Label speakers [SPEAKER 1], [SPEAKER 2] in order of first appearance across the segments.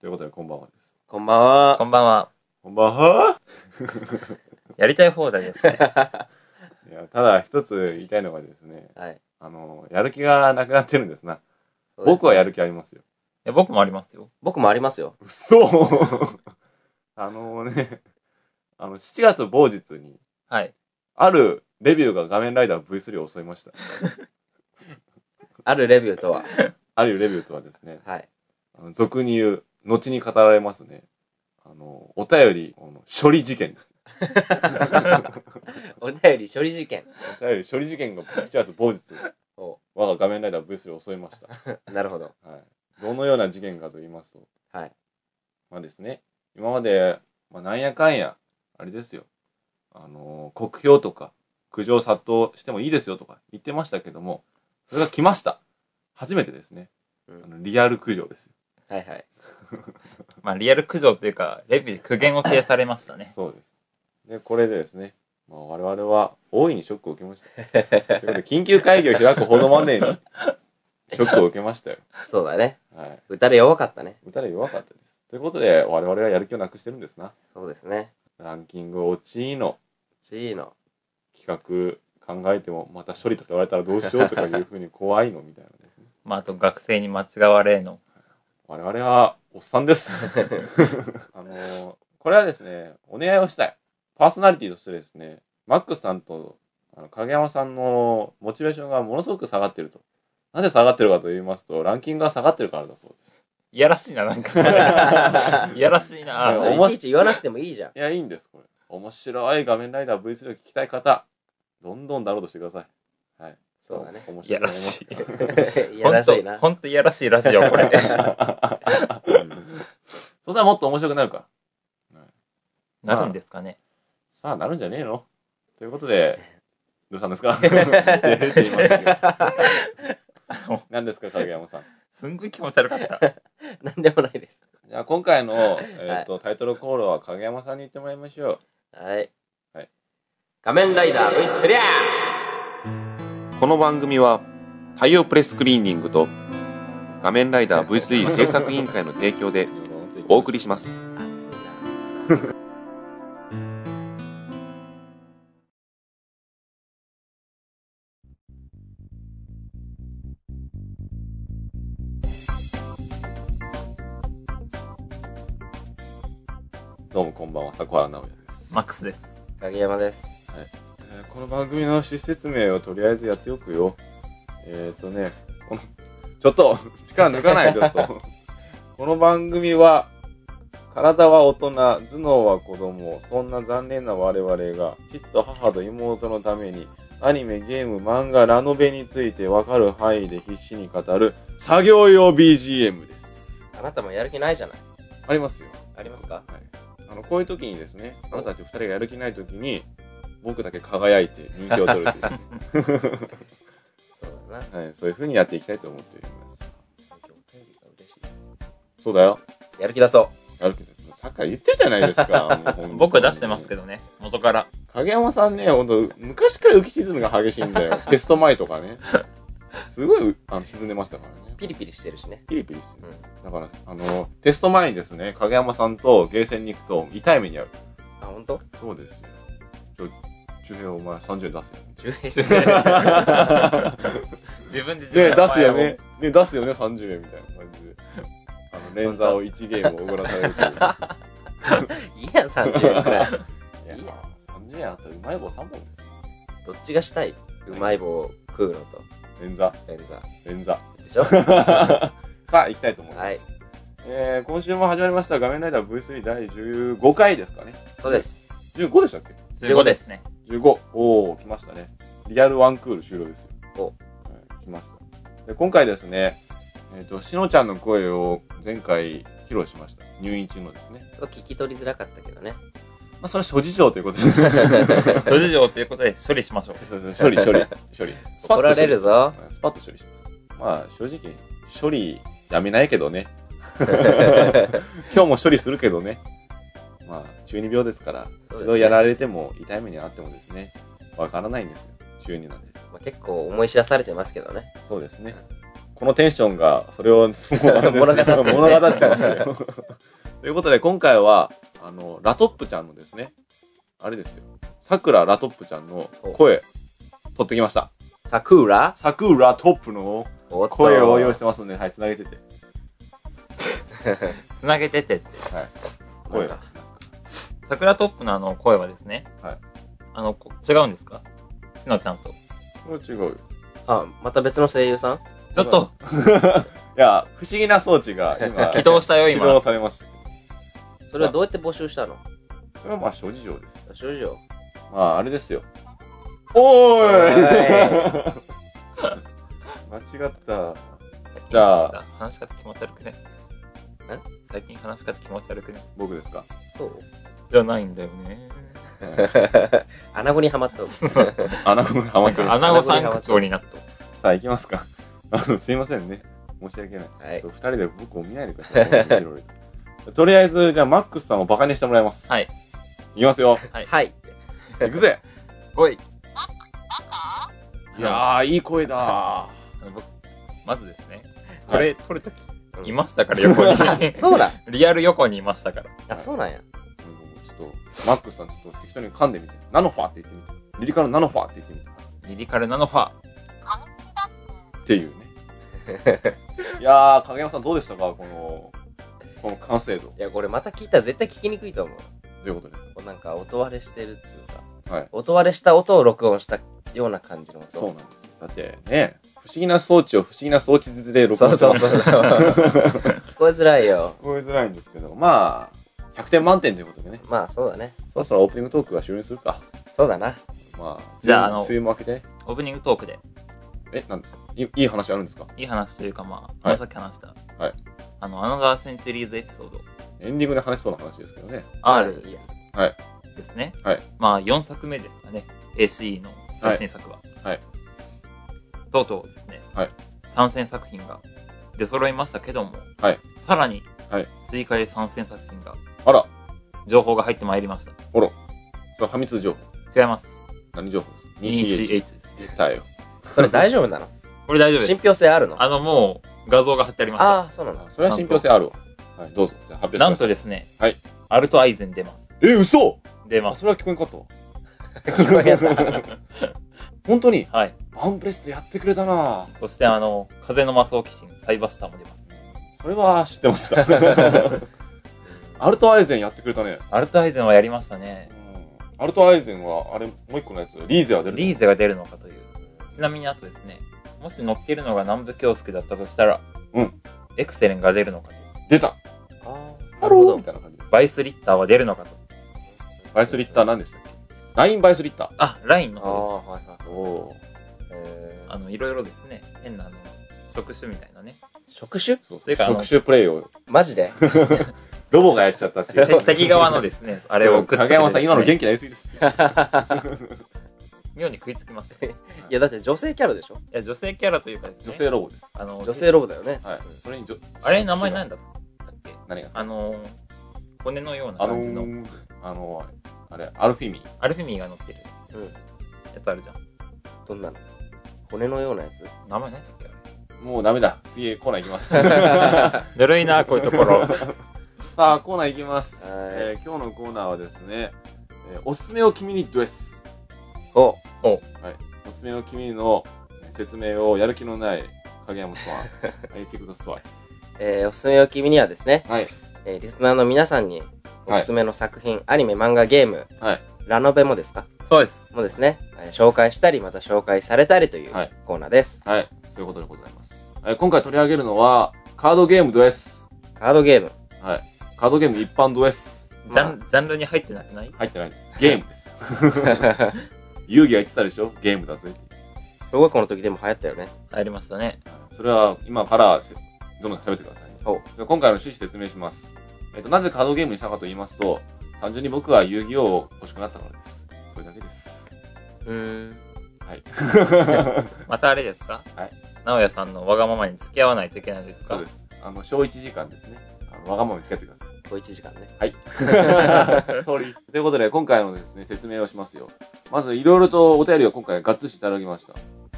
[SPEAKER 1] ということで、こんばんはです。
[SPEAKER 2] こんばんは。
[SPEAKER 3] こんばんは。
[SPEAKER 1] こんばんは
[SPEAKER 3] やりたい放題です ね。
[SPEAKER 1] いや、ただ一つ言いたいのがですね、
[SPEAKER 2] はい。
[SPEAKER 1] あの、やる気がなくなってるんですな。
[SPEAKER 2] そうです
[SPEAKER 1] 僕はやる気ありますよ。
[SPEAKER 3] いや僕もありますよ。
[SPEAKER 2] 僕もありますよ。
[SPEAKER 1] 嘘 あのね、あの、7月某日に、
[SPEAKER 3] はい。
[SPEAKER 1] あるレビューが画面ライダー V3 を襲いました。
[SPEAKER 2] あるレビューとは。
[SPEAKER 1] あるレビューとはですね、
[SPEAKER 2] はい。
[SPEAKER 1] あの俗に言う、後に語られますね。あの、お便り、あの処理事件 です。
[SPEAKER 2] お便り処理事件。
[SPEAKER 1] お便り処理事件が7月某日、
[SPEAKER 2] お
[SPEAKER 1] 我が画面ライダー V3 を襲いました。
[SPEAKER 2] なるほど。
[SPEAKER 1] はい、どのような事件かと言いますと、
[SPEAKER 2] はい。
[SPEAKER 1] まあですね、今まで、まあ、なんやかんや、あれですよ、あのー酷評とか、苦情殺到してもいいですよとか言ってましたけども、それが来ました。初めてですね。
[SPEAKER 2] うん
[SPEAKER 1] あのリアル苦情ですよ。
[SPEAKER 2] はいはい。
[SPEAKER 3] まあ、リアル苦情というか、レビューで苦言を呈されましたね。
[SPEAKER 1] そうです。で、これでですね、まあ、我々は大いにショックを受けました。ということで、緊急会議を開くほどま でに、ショックを受けましたよ。
[SPEAKER 2] そうだね。
[SPEAKER 1] はい。
[SPEAKER 2] 歌で弱かったね。
[SPEAKER 1] 歌で弱かったです。ということで、我々はやる気をなくしてるんですな。
[SPEAKER 2] そうですね。
[SPEAKER 1] ランキング落ちの
[SPEAKER 2] チー ノ。
[SPEAKER 1] 企画考えてもまた処理とか言われたらどうしようとかいうふうに怖いのみたいな ですね。
[SPEAKER 3] まあ、あと学生に間違われの。
[SPEAKER 1] 我々はおっさんです。 あのーこれはですね、お願いをしたい。パーソナリティとしてですね、マックスさんとあの影山さんのモチベーションがものすごく下がってると。なぜ下がってるかと言いますと、ランキングが下がってるからだそうです。
[SPEAKER 3] いやらしいな、な んか。いやらしい
[SPEAKER 1] いや
[SPEAKER 3] な。
[SPEAKER 1] お
[SPEAKER 2] い
[SPEAKER 1] もし
[SPEAKER 2] ちいち言わなくてもいいじゃん。
[SPEAKER 1] いや、いいんです、これ。面白い画面ライダー V3 を聞きたい方、どんどんダウンロードしてください。はい。
[SPEAKER 2] そうだね。
[SPEAKER 1] 面
[SPEAKER 3] い
[SPEAKER 1] 白
[SPEAKER 3] や
[SPEAKER 1] いと思い
[SPEAKER 3] ら
[SPEAKER 1] ます
[SPEAKER 3] しい。
[SPEAKER 2] いやらしいな。
[SPEAKER 3] ほんといやらしいラジオ、これ。
[SPEAKER 1] そしたらもっと面白くなるから。
[SPEAKER 3] なるんですかね。
[SPEAKER 1] さあ、なるんじゃねえのということで、どうしたん ですかって言いましたけど。何ですか、影山さん。
[SPEAKER 3] すんごい気持ち悪かった。
[SPEAKER 2] なんでもないです。
[SPEAKER 1] じゃあ、今回の、えーとタイトルコールは影山さんに言ってもらいましょ
[SPEAKER 2] はい。
[SPEAKER 1] はい。
[SPEAKER 2] 仮面ライダー V3!
[SPEAKER 1] う。この番組は、太陽プレスクリーニングと、画面ライダー V3 制作委員会の提供でお送りします。どうもこんばんは、迫原直也です。
[SPEAKER 3] マックスです。
[SPEAKER 2] 影山です。
[SPEAKER 1] えーこの番組の趣旨説明をとりあえずやっておくよ。えっ、ー、とね、このちょっと、力抜かない、ちょっ と。この番組は、体は大人、頭脳は子供、そんな残念な我々が、父と母と妹のために、アニメ、ゲーム、漫画、ラノベについてわかる範囲で必死に語る、作業用 BGM です。
[SPEAKER 2] あなたもやる気ないじゃない。
[SPEAKER 1] ありますよ。
[SPEAKER 2] ありますか
[SPEAKER 1] はい、あのこういう時にですねあなたたち2人がやる気ない時に僕だけ輝いて人気を取るという、
[SPEAKER 2] そうだな。
[SPEAKER 1] はい、そういう風にやっていきたいと思っております
[SPEAKER 2] 嬉し
[SPEAKER 1] そうだよ
[SPEAKER 2] いやる気出そう。
[SPEAKER 1] やるけどさっきから言ってるじゃない ですかもう
[SPEAKER 3] 僕は出してますけ
[SPEAKER 1] ど
[SPEAKER 3] どね。元から。
[SPEAKER 1] 影山さんね本当昔から浮き沈みが激しいん だよテスト前とかねすごいうあの沈んでましたからね
[SPEAKER 2] ピリピリしてるしね。
[SPEAKER 1] ピリピリして
[SPEAKER 2] う
[SPEAKER 1] る
[SPEAKER 2] ん。
[SPEAKER 1] だからあのテスト前にですね影山さんとゲーセンに行くと痛い目に遭う
[SPEAKER 2] あ、ほんと
[SPEAKER 1] そうですよちょ中平お前30円出せよ
[SPEAKER 2] 10
[SPEAKER 3] 自分で自分
[SPEAKER 1] ね、
[SPEAKER 3] の
[SPEAKER 1] 出すよ
[SPEAKER 3] 名前を
[SPEAKER 1] ね。ね、出すよね、30円みたいな感じで。あの、連座を1ゲームおごらされるという。
[SPEAKER 2] 円。いいやん、30円くらい。
[SPEAKER 1] いや、30円あったらうまい棒3本ですよ。
[SPEAKER 2] どっちがしたいうまい棒を食うのと、
[SPEAKER 1] 連座、
[SPEAKER 2] 便座。
[SPEAKER 1] 連座。
[SPEAKER 2] でしょ
[SPEAKER 1] さあ、行きたいと思います。
[SPEAKER 2] はい
[SPEAKER 1] えー、今週も始まりました、画面ライダー V3 第15回ですかね。
[SPEAKER 2] そうです。
[SPEAKER 1] 15でしたっけ
[SPEAKER 3] 15ですね。
[SPEAKER 1] ?15。おー、来ましたね。リアルワンクール終了ですよ。
[SPEAKER 2] お
[SPEAKER 1] はい、来ました。で、今回ですね、えっ、と、しのちゃんの声を前回披露しました。入院中のですね。
[SPEAKER 2] ちょっと聞き取りづらかったけどね。
[SPEAKER 1] まあ、それは諸事情ということですね。
[SPEAKER 3] 諸事情ということで処理しましょう。
[SPEAKER 1] そうそう処理処 理処理ス
[SPEAKER 2] 怒られるぞ。
[SPEAKER 1] スパッと処理しますまあ正直処理やめないけど ね今日も処理するけどねまあ中二病ですから
[SPEAKER 2] そうですね
[SPEAKER 1] 一度やられても痛い目にあってもですねわからないんですよ中二なんで
[SPEAKER 2] まあ、結構思い知らされてますけどね。
[SPEAKER 1] そうですねこのテンションが、それ を
[SPEAKER 2] 物語ってる
[SPEAKER 1] 物語ってますよ。 ということで、今回は、あの、ラトップちゃんのですね、あれですよ。さくらラトップちゃんの声、取ってきました。
[SPEAKER 2] さくら
[SPEAKER 1] さくらトップの
[SPEAKER 2] おっと
[SPEAKER 1] 声を用意してますので、はい、繋げて て。
[SPEAKER 3] つなげててって
[SPEAKER 1] はい。
[SPEAKER 2] なん
[SPEAKER 1] 声
[SPEAKER 2] か。
[SPEAKER 3] 桜トップのあの声はですね、
[SPEAKER 1] はい
[SPEAKER 3] あのこ違うんですかしのちゃんと
[SPEAKER 1] これ違うよ。
[SPEAKER 2] あ、また別の声優さん
[SPEAKER 3] ちょっと
[SPEAKER 1] いや、不思議な装置が今、
[SPEAKER 3] 起動したよ
[SPEAKER 1] 起動
[SPEAKER 3] 今
[SPEAKER 1] されました。
[SPEAKER 2] それはどうやって募集したの
[SPEAKER 1] それはまあ、諸事情です。
[SPEAKER 2] 少女。
[SPEAKER 1] まあ、あれですよ。おーい
[SPEAKER 2] お
[SPEAKER 1] 間違った。じゃあ
[SPEAKER 3] 話し方気持ち悪くね
[SPEAKER 2] え
[SPEAKER 3] 最近話し方気持ち悪くね
[SPEAKER 1] 僕ですか。
[SPEAKER 2] そう
[SPEAKER 3] じゃないんだよね
[SPEAKER 2] 穴子にはまったわ。
[SPEAKER 1] 穴子にハマってます。
[SPEAKER 3] 穴子三口調になっと
[SPEAKER 1] さあ、行きますか。 あの、すいませんね。申し訳ない。
[SPEAKER 2] はい
[SPEAKER 1] ちょっと二人で僕を見ないでください面白いと。とりあえず、じゃあ、マックスさんをバカにしてもらいます。
[SPEAKER 3] はい。
[SPEAKER 1] いきますよ。
[SPEAKER 3] はい
[SPEAKER 2] はい。
[SPEAKER 1] 行く ぜ。
[SPEAKER 3] おい
[SPEAKER 1] いやー、いい声だ
[SPEAKER 3] あの僕まずですね
[SPEAKER 1] ー。
[SPEAKER 3] こ
[SPEAKER 1] は
[SPEAKER 3] れ
[SPEAKER 1] い、
[SPEAKER 3] 撮るときいましたから 横に
[SPEAKER 2] そうだ。
[SPEAKER 3] リアル横にいましたから
[SPEAKER 2] あ、そうなんや。
[SPEAKER 1] うんちょっと、マックスさん、ちょっと適当に噛んでみて。ナノファーって言ってみて。リリカのナノファーって言ってみて。
[SPEAKER 3] リリカルナノファ
[SPEAKER 1] っていうね。 いやー、影山さんどうでしたかこの、この完成度。ど
[SPEAKER 2] いや、これまた聞いたら絶対聞きにくいと思う。
[SPEAKER 1] ういうことです
[SPEAKER 2] こうなんか、音割れしてるっていうか、
[SPEAKER 1] かはい。
[SPEAKER 2] 音割れした音を録音したような感じの音。
[SPEAKER 1] そうなんです。だって、ね、不思議な装置を不思議な装置で録
[SPEAKER 2] そう
[SPEAKER 1] 音
[SPEAKER 2] そう
[SPEAKER 1] う。
[SPEAKER 2] そう。 聞こえづらいよ。
[SPEAKER 1] 聞こえづらいんですけど、まあ、100点満点ということでね。
[SPEAKER 2] まあ、そうだね。
[SPEAKER 1] そろそろオープニングトークは終了にするか。
[SPEAKER 2] そうだな。
[SPEAKER 1] まあ、
[SPEAKER 3] じゃ
[SPEAKER 1] 梅雨
[SPEAKER 3] ああの
[SPEAKER 1] 梅雨も明けてね。
[SPEAKER 3] ーオープニングトークで
[SPEAKER 1] え、なんですかいいいい話あるんですか
[SPEAKER 3] いい話というかまあ、
[SPEAKER 1] はい
[SPEAKER 3] さっき話した、
[SPEAKER 1] はい
[SPEAKER 3] あのアナザーセンチュリーズエピソード
[SPEAKER 1] エンディングで話しそうな話ですけどね。
[SPEAKER 3] R
[SPEAKER 2] いや。
[SPEAKER 3] ですね、
[SPEAKER 1] はい
[SPEAKER 3] まあ4作目ですかね ACE の最新作は、
[SPEAKER 1] はい
[SPEAKER 3] とうとうですね、
[SPEAKER 1] はい
[SPEAKER 3] 参戦作品が出揃いましたけども、
[SPEAKER 1] はい
[SPEAKER 3] さらに
[SPEAKER 1] はい
[SPEAKER 3] 追加で参戦作品が
[SPEAKER 1] あら、
[SPEAKER 3] 情報が入ってまいりました
[SPEAKER 1] それ破密情報。
[SPEAKER 3] 違います
[SPEAKER 1] 何情報ですか
[SPEAKER 3] 2CH で
[SPEAKER 1] 2CH。
[SPEAKER 3] す
[SPEAKER 1] 出たよ。
[SPEAKER 2] それ大丈夫なの
[SPEAKER 3] これ大丈夫で
[SPEAKER 2] 信
[SPEAKER 3] す
[SPEAKER 2] 憑性あるのあ
[SPEAKER 3] あのもう画像が貼ってありました
[SPEAKER 2] あー、そうなの。
[SPEAKER 1] あそれは信憑性あるわ。はい、どうぞ。じゃあ発表してくだ
[SPEAKER 3] な
[SPEAKER 1] さい
[SPEAKER 3] んとですね、
[SPEAKER 1] はい
[SPEAKER 3] アルトアイゼン出ます
[SPEAKER 1] え、嘘
[SPEAKER 3] 出
[SPEAKER 1] あ、
[SPEAKER 3] ます
[SPEAKER 1] それは聞こえんかったわ。
[SPEAKER 2] 聞こえやった。
[SPEAKER 1] 本当に、
[SPEAKER 3] はい
[SPEAKER 1] バンプレストやってくれたなぁ
[SPEAKER 3] そしてあの風のマスオキシンサイバスターも出ます
[SPEAKER 1] それは知ってました。 アルトアイゼンやってくれたね。
[SPEAKER 3] アルトアイゼンはやりましたね
[SPEAKER 1] アルトアイゼンは、あれ、もう一個のやつ、リーゼは出る
[SPEAKER 3] リーゼが出るのかという。ちなみにあとですね、もし乗っけるのが南部京介だったとしたら、
[SPEAKER 1] うん
[SPEAKER 3] エクセレンが出るのかと。
[SPEAKER 1] 出た。
[SPEAKER 2] あー
[SPEAKER 1] なるほど。みたいな感じです。
[SPEAKER 3] バイスリッターは出るのかと。
[SPEAKER 1] バイスリッター何でしたっけラインバイスリッタ
[SPEAKER 3] あ、ラインの
[SPEAKER 2] あー、
[SPEAKER 3] 方で
[SPEAKER 2] はいはい
[SPEAKER 1] ー。。お
[SPEAKER 2] え
[SPEAKER 3] す。
[SPEAKER 2] ー
[SPEAKER 3] あの、いろいろですね、変なあの、職種みたいなね。
[SPEAKER 2] 職種
[SPEAKER 1] そう
[SPEAKER 3] てかあの
[SPEAKER 1] 触手プレイを、
[SPEAKER 2] マジで
[SPEAKER 1] ロボがやっちゃったってい
[SPEAKER 3] 敵
[SPEAKER 1] う。
[SPEAKER 3] 敵側ので すね、あれをくっつ
[SPEAKER 1] 影
[SPEAKER 3] けてですね、
[SPEAKER 1] 山さん、今の元気なりすぎ です。
[SPEAKER 3] 妙に食 いつきましたね。
[SPEAKER 2] いや、だって女性キャラでしょ
[SPEAKER 3] いや、女性キャラというかですね、
[SPEAKER 1] 女性ロボです。
[SPEAKER 3] あの、
[SPEAKER 2] 女性ロボだよね。
[SPEAKER 1] はい。それに女、
[SPEAKER 3] あれ、名前なんだっけ
[SPEAKER 1] 何が
[SPEAKER 3] あの、骨のような
[SPEAKER 1] あの
[SPEAKER 3] 感じの、
[SPEAKER 1] ー、あのー、あれ、アルフィミー。
[SPEAKER 3] アルフィミーが乗ってる
[SPEAKER 2] うん。
[SPEAKER 3] やつあるじゃん。
[SPEAKER 2] どんなの骨のようなやつ
[SPEAKER 3] 名前何だっけあ
[SPEAKER 1] もうダメだ。次、コーナー行き ます。
[SPEAKER 3] れぬるいな、こういうところ。
[SPEAKER 1] さあ、コーナーいきます。
[SPEAKER 2] はい
[SPEAKER 1] えー今日のコーナーはですね、えーおすすめを君にドエス。は
[SPEAKER 2] お
[SPEAKER 1] い。おすすめを君にのえー説明をやる気のない影山 さん、言ってください。
[SPEAKER 2] えー、おすすめを君にはですね、
[SPEAKER 1] はい。
[SPEAKER 2] えーリスナーの皆さんにおすすめの作品、アニメ、漫画、ゲーム、
[SPEAKER 1] はい。
[SPEAKER 2] ラノベもですか
[SPEAKER 3] そうです。
[SPEAKER 2] もですね、えー紹介したり、また紹介されたりという
[SPEAKER 1] はい
[SPEAKER 2] コーナーです。
[SPEAKER 1] はい。そういうことでございます。えー今回取り上げるのは、カードゲームドエス。
[SPEAKER 2] カードゲーム。
[SPEAKER 1] はい。カードゲーム一般ドエス。
[SPEAKER 3] ジャンジャンルに入ってなくない
[SPEAKER 1] 入ってないです。ゲーム です。遊戯は言ってたでしょゲームだぜって。
[SPEAKER 2] 小学校の時でも流行ったよね。
[SPEAKER 3] 入りましたね。
[SPEAKER 1] はいそれは今からせどんどん喋ってくださいね。
[SPEAKER 2] お
[SPEAKER 1] じゃあ今回の趣旨説明します。えっ、と、なぜカードゲームにしたかと言いますと、単純に僕は遊戯王を欲しくなったからです。それだけです。
[SPEAKER 2] うーん。
[SPEAKER 1] はい。
[SPEAKER 3] またあれですか
[SPEAKER 1] はい。
[SPEAKER 3] 直哉さんのわがままに付き合わないといけないです
[SPEAKER 1] そ
[SPEAKER 3] か
[SPEAKER 1] うです。あの、小1時間ですね。あのわがままに付き合ってください。
[SPEAKER 2] 小1時間ね。
[SPEAKER 1] 総理。ということで、今回のですね、説明をしますよ。まず、いろいろとお便りを今回、ガッツしていただきました。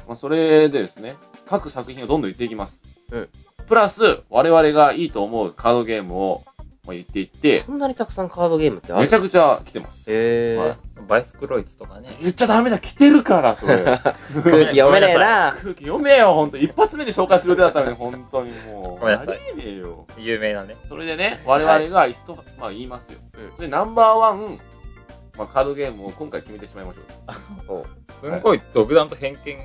[SPEAKER 1] まあ、それでですね、各作品をどんどん言っていきます。
[SPEAKER 2] うん
[SPEAKER 1] プラス、我々がいいと思うカードゲームをまあ言っていって、
[SPEAKER 2] そんなにたくさんカードゲームってあ
[SPEAKER 1] め
[SPEAKER 2] る
[SPEAKER 1] ちゃくちゃ来てます。
[SPEAKER 2] へ
[SPEAKER 1] は
[SPEAKER 2] え
[SPEAKER 1] い。
[SPEAKER 3] バイスクロイツとかね。
[SPEAKER 1] 言っちゃダメだ、来てるから、 それ。
[SPEAKER 2] 空気読めね えな。
[SPEAKER 1] 空気読めよ、ほんと。一発目で紹介する予定だったのに、ほんとにもう。
[SPEAKER 3] ごめんなさい
[SPEAKER 1] ありえねえよ。
[SPEAKER 3] 有名なね。
[SPEAKER 1] それでね、我々が一と、まあ言いますよ。
[SPEAKER 2] うん
[SPEAKER 1] それで、ナンバーワン、まあカードゲームを今回決めてしまいましょう。
[SPEAKER 2] お
[SPEAKER 3] すんごい独断と偏見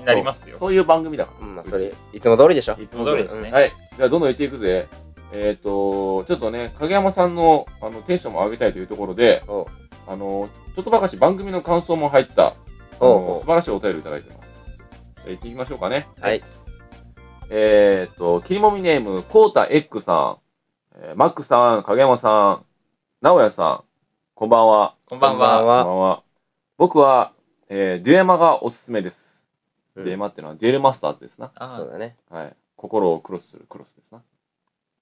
[SPEAKER 3] になります
[SPEAKER 1] そう
[SPEAKER 3] よ。
[SPEAKER 1] そういう番組だか
[SPEAKER 2] うんまあそれ、いつも通りでしょ
[SPEAKER 1] ら。。いつ
[SPEAKER 3] も通りですね
[SPEAKER 1] はい。じゃあ、どんどん言っていくぜ。えっ、と、ちょっとね、影山さんの、あの、テンションも上げたいというところで、
[SPEAKER 2] おう
[SPEAKER 1] あの、ちょっとばかし番組の感想も入った、あ
[SPEAKER 2] おうお
[SPEAKER 1] の
[SPEAKER 2] う
[SPEAKER 1] 素晴らしいお便りいただいてます。じゃあ行っていきましょうかね。
[SPEAKER 2] はい。
[SPEAKER 1] えー、っと、切りもみネーム、コータ X さん、えーマックさん、影山さん、直哉さん、こんばんは。
[SPEAKER 3] こんばん
[SPEAKER 2] こんばん
[SPEAKER 3] は。
[SPEAKER 1] こんばんは。僕は、えー、デュエマがおすすめです。
[SPEAKER 2] うん
[SPEAKER 1] デュエマってのはデュエルマスターズですな。
[SPEAKER 3] あ
[SPEAKER 2] そうだね。
[SPEAKER 1] はい。心をクロスするクロスですな。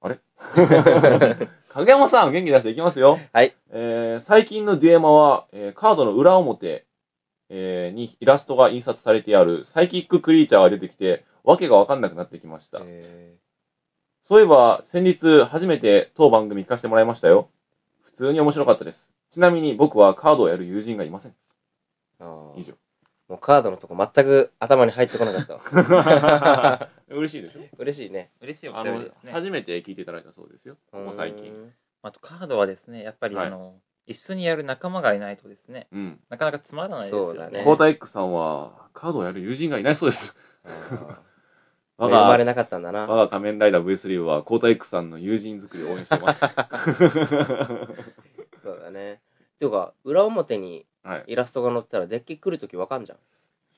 [SPEAKER 1] あれ 影山さん、元気出していきますよ。
[SPEAKER 2] はい。
[SPEAKER 1] えー、最近のデュエマは、えーカードの裏表、えーにイラストが印刷されてあるサイキッククリーチャーが出てきて、わけがわかんなくなってきました。
[SPEAKER 2] へ
[SPEAKER 1] そういえば、先日初めて当番組聞かせてもらいましたよ。普通に面白かったです。ちなみに僕はカードをやる友人がいません。
[SPEAKER 2] ーあー
[SPEAKER 1] 以上。
[SPEAKER 2] もうカードのとこ全く頭に入ってこなかったわ。
[SPEAKER 1] 嬉しいでしょ
[SPEAKER 2] 嬉しいね。
[SPEAKER 3] 嬉しいお
[SPEAKER 1] あ
[SPEAKER 3] 便
[SPEAKER 1] の、
[SPEAKER 3] りですね。
[SPEAKER 1] 初めて聞いていただいたそうですよ。 ここ最近。
[SPEAKER 2] 近。
[SPEAKER 3] あとカードはですね、やっぱり
[SPEAKER 1] はい
[SPEAKER 3] あの、一緒にやる仲間がいないとですね、
[SPEAKER 1] うん。
[SPEAKER 3] なかなかつまらないですよ
[SPEAKER 2] そうだ
[SPEAKER 3] ね
[SPEAKER 2] ね。
[SPEAKER 1] コータ X さんは、カードをやる友人がいないそうです。
[SPEAKER 2] あ
[SPEAKER 1] 我
[SPEAKER 2] ー恵まれ
[SPEAKER 1] が、
[SPEAKER 2] なかったんだ
[SPEAKER 1] 我
[SPEAKER 2] な。
[SPEAKER 1] が仮面ライダー V3 は、コータ X さんの友人作りを応援してます。
[SPEAKER 2] そうだね。っていうか、裏表に
[SPEAKER 1] はい。
[SPEAKER 2] イラストが載ってたらデッキ来るときわかんじゃん。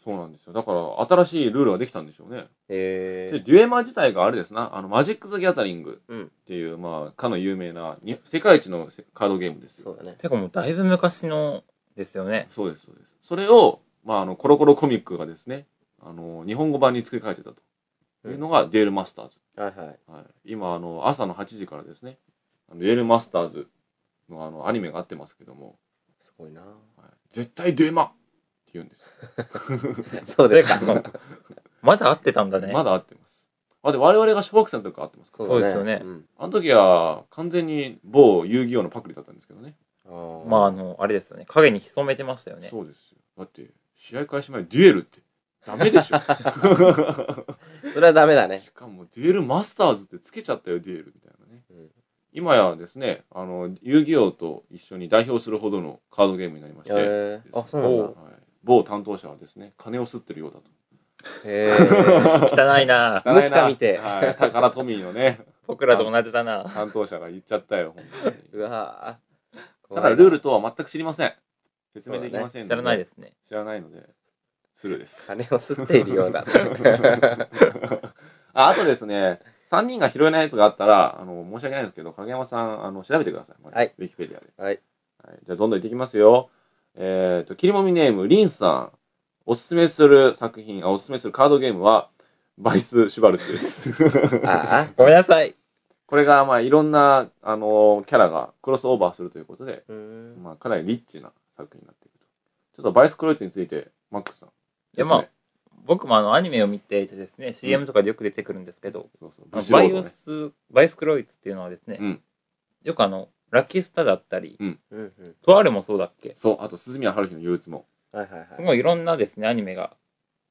[SPEAKER 1] そうなんですよ。だから、新しいルールができたんでしょうね。
[SPEAKER 2] へ
[SPEAKER 1] で、
[SPEAKER 2] え。
[SPEAKER 1] デュエマ自体があれですな、あの、マジック・ザ・ギャザリング
[SPEAKER 2] うん。
[SPEAKER 1] っていう、まあ、かの有名な、に世界一のせカードゲームですよ。
[SPEAKER 2] そうだね。
[SPEAKER 3] てかもうだいぶ昔のですよね。
[SPEAKER 1] そうです、そうです。それを、まあ、あの、コロコロコミックがですね、あの、日本語版に作り変えてたというのが、デュエルマスターズ。
[SPEAKER 2] はいはい。
[SPEAKER 1] はい、今、あの、朝の8時からですね、あのデュエルマスターズの、あの、アニメがあってますけども、
[SPEAKER 2] すごいな。
[SPEAKER 1] はい絶対デュエマって言うんですよ。
[SPEAKER 2] そうですか
[SPEAKER 3] と。いうかまだ合ってたんだね。
[SPEAKER 1] まだ合ってます。あ、で、我々が小学生の時から合ってますか
[SPEAKER 3] そ
[SPEAKER 1] ら
[SPEAKER 3] うですよね
[SPEAKER 2] うん
[SPEAKER 1] あの時は、完全に某遊戯王のパクリだったんですけどね。
[SPEAKER 2] あー
[SPEAKER 3] まああの、あれですよね。影に潜めてましたよね。
[SPEAKER 1] そうですよ。だって、試合開始前、デュエルって、ダメでしょ。
[SPEAKER 2] それはダメだね。
[SPEAKER 1] しかも、デュエルマスターズってつけちゃったよ、デュエルみたいなね。
[SPEAKER 2] うん
[SPEAKER 1] 今やですね、あの、遊戯王と一緒に代表するほどのカードゲームになりまして、
[SPEAKER 2] へえ。あ、そうなん
[SPEAKER 1] はい
[SPEAKER 2] だ。
[SPEAKER 1] 某担当者はですね、金を吸ってるようだと。
[SPEAKER 2] へ え。
[SPEAKER 3] 汚いな
[SPEAKER 2] ムスカ見て
[SPEAKER 1] はい、宝富のね、
[SPEAKER 3] 僕らと同じだな
[SPEAKER 1] 担当者が言っちゃったよ、本当に。
[SPEAKER 2] うわぁ。
[SPEAKER 1] ただルールとは全く知りません。説明できません
[SPEAKER 3] 知
[SPEAKER 1] ので、
[SPEAKER 3] らないですね。
[SPEAKER 1] 知らないので、スルーです。
[SPEAKER 2] 金を吸っているようだ。
[SPEAKER 1] ああとですね、3人が拾えないやつがあったら、あの、申し訳ないんですけど、影山さん、あの、調べてください。まず
[SPEAKER 2] はい。
[SPEAKER 1] ウィキペディアで。
[SPEAKER 2] はい。
[SPEAKER 1] はい、じゃあ、どんどん行ってきますよ。えっ、と、切りもみネーム、リンさん。おすすめする作品、あ、おすすめするカードゲームは、バイス・シュバルツです。
[SPEAKER 2] あ
[SPEAKER 3] ごめんなさい。
[SPEAKER 1] これが、まあ、いろんな、あの、キャラがクロスオーバーするということで、
[SPEAKER 2] あ。うん。
[SPEAKER 1] まあ、かなりリッチな作品になっていると。ちょっとバイスクロイツについて、マックスさん。
[SPEAKER 3] いやまあ僕もあの、アニメを見ていてですね、CM とかでよく出てくるんですけど、
[SPEAKER 1] そうそう。
[SPEAKER 3] あの
[SPEAKER 1] 武士ロ
[SPEAKER 3] バ
[SPEAKER 1] ー
[SPEAKER 3] イ
[SPEAKER 1] ド
[SPEAKER 3] オ
[SPEAKER 1] ね。
[SPEAKER 3] ス、バイスクロイツっていうのはですね、
[SPEAKER 1] うん
[SPEAKER 3] よくあの、ラッキースターだったり、
[SPEAKER 2] うんうん。
[SPEAKER 3] とあるもそうだっけ
[SPEAKER 1] そう、あと、鈴宮春日の憂鬱も。
[SPEAKER 2] はいはいはい。
[SPEAKER 3] すごいいろんなですね、アニメが、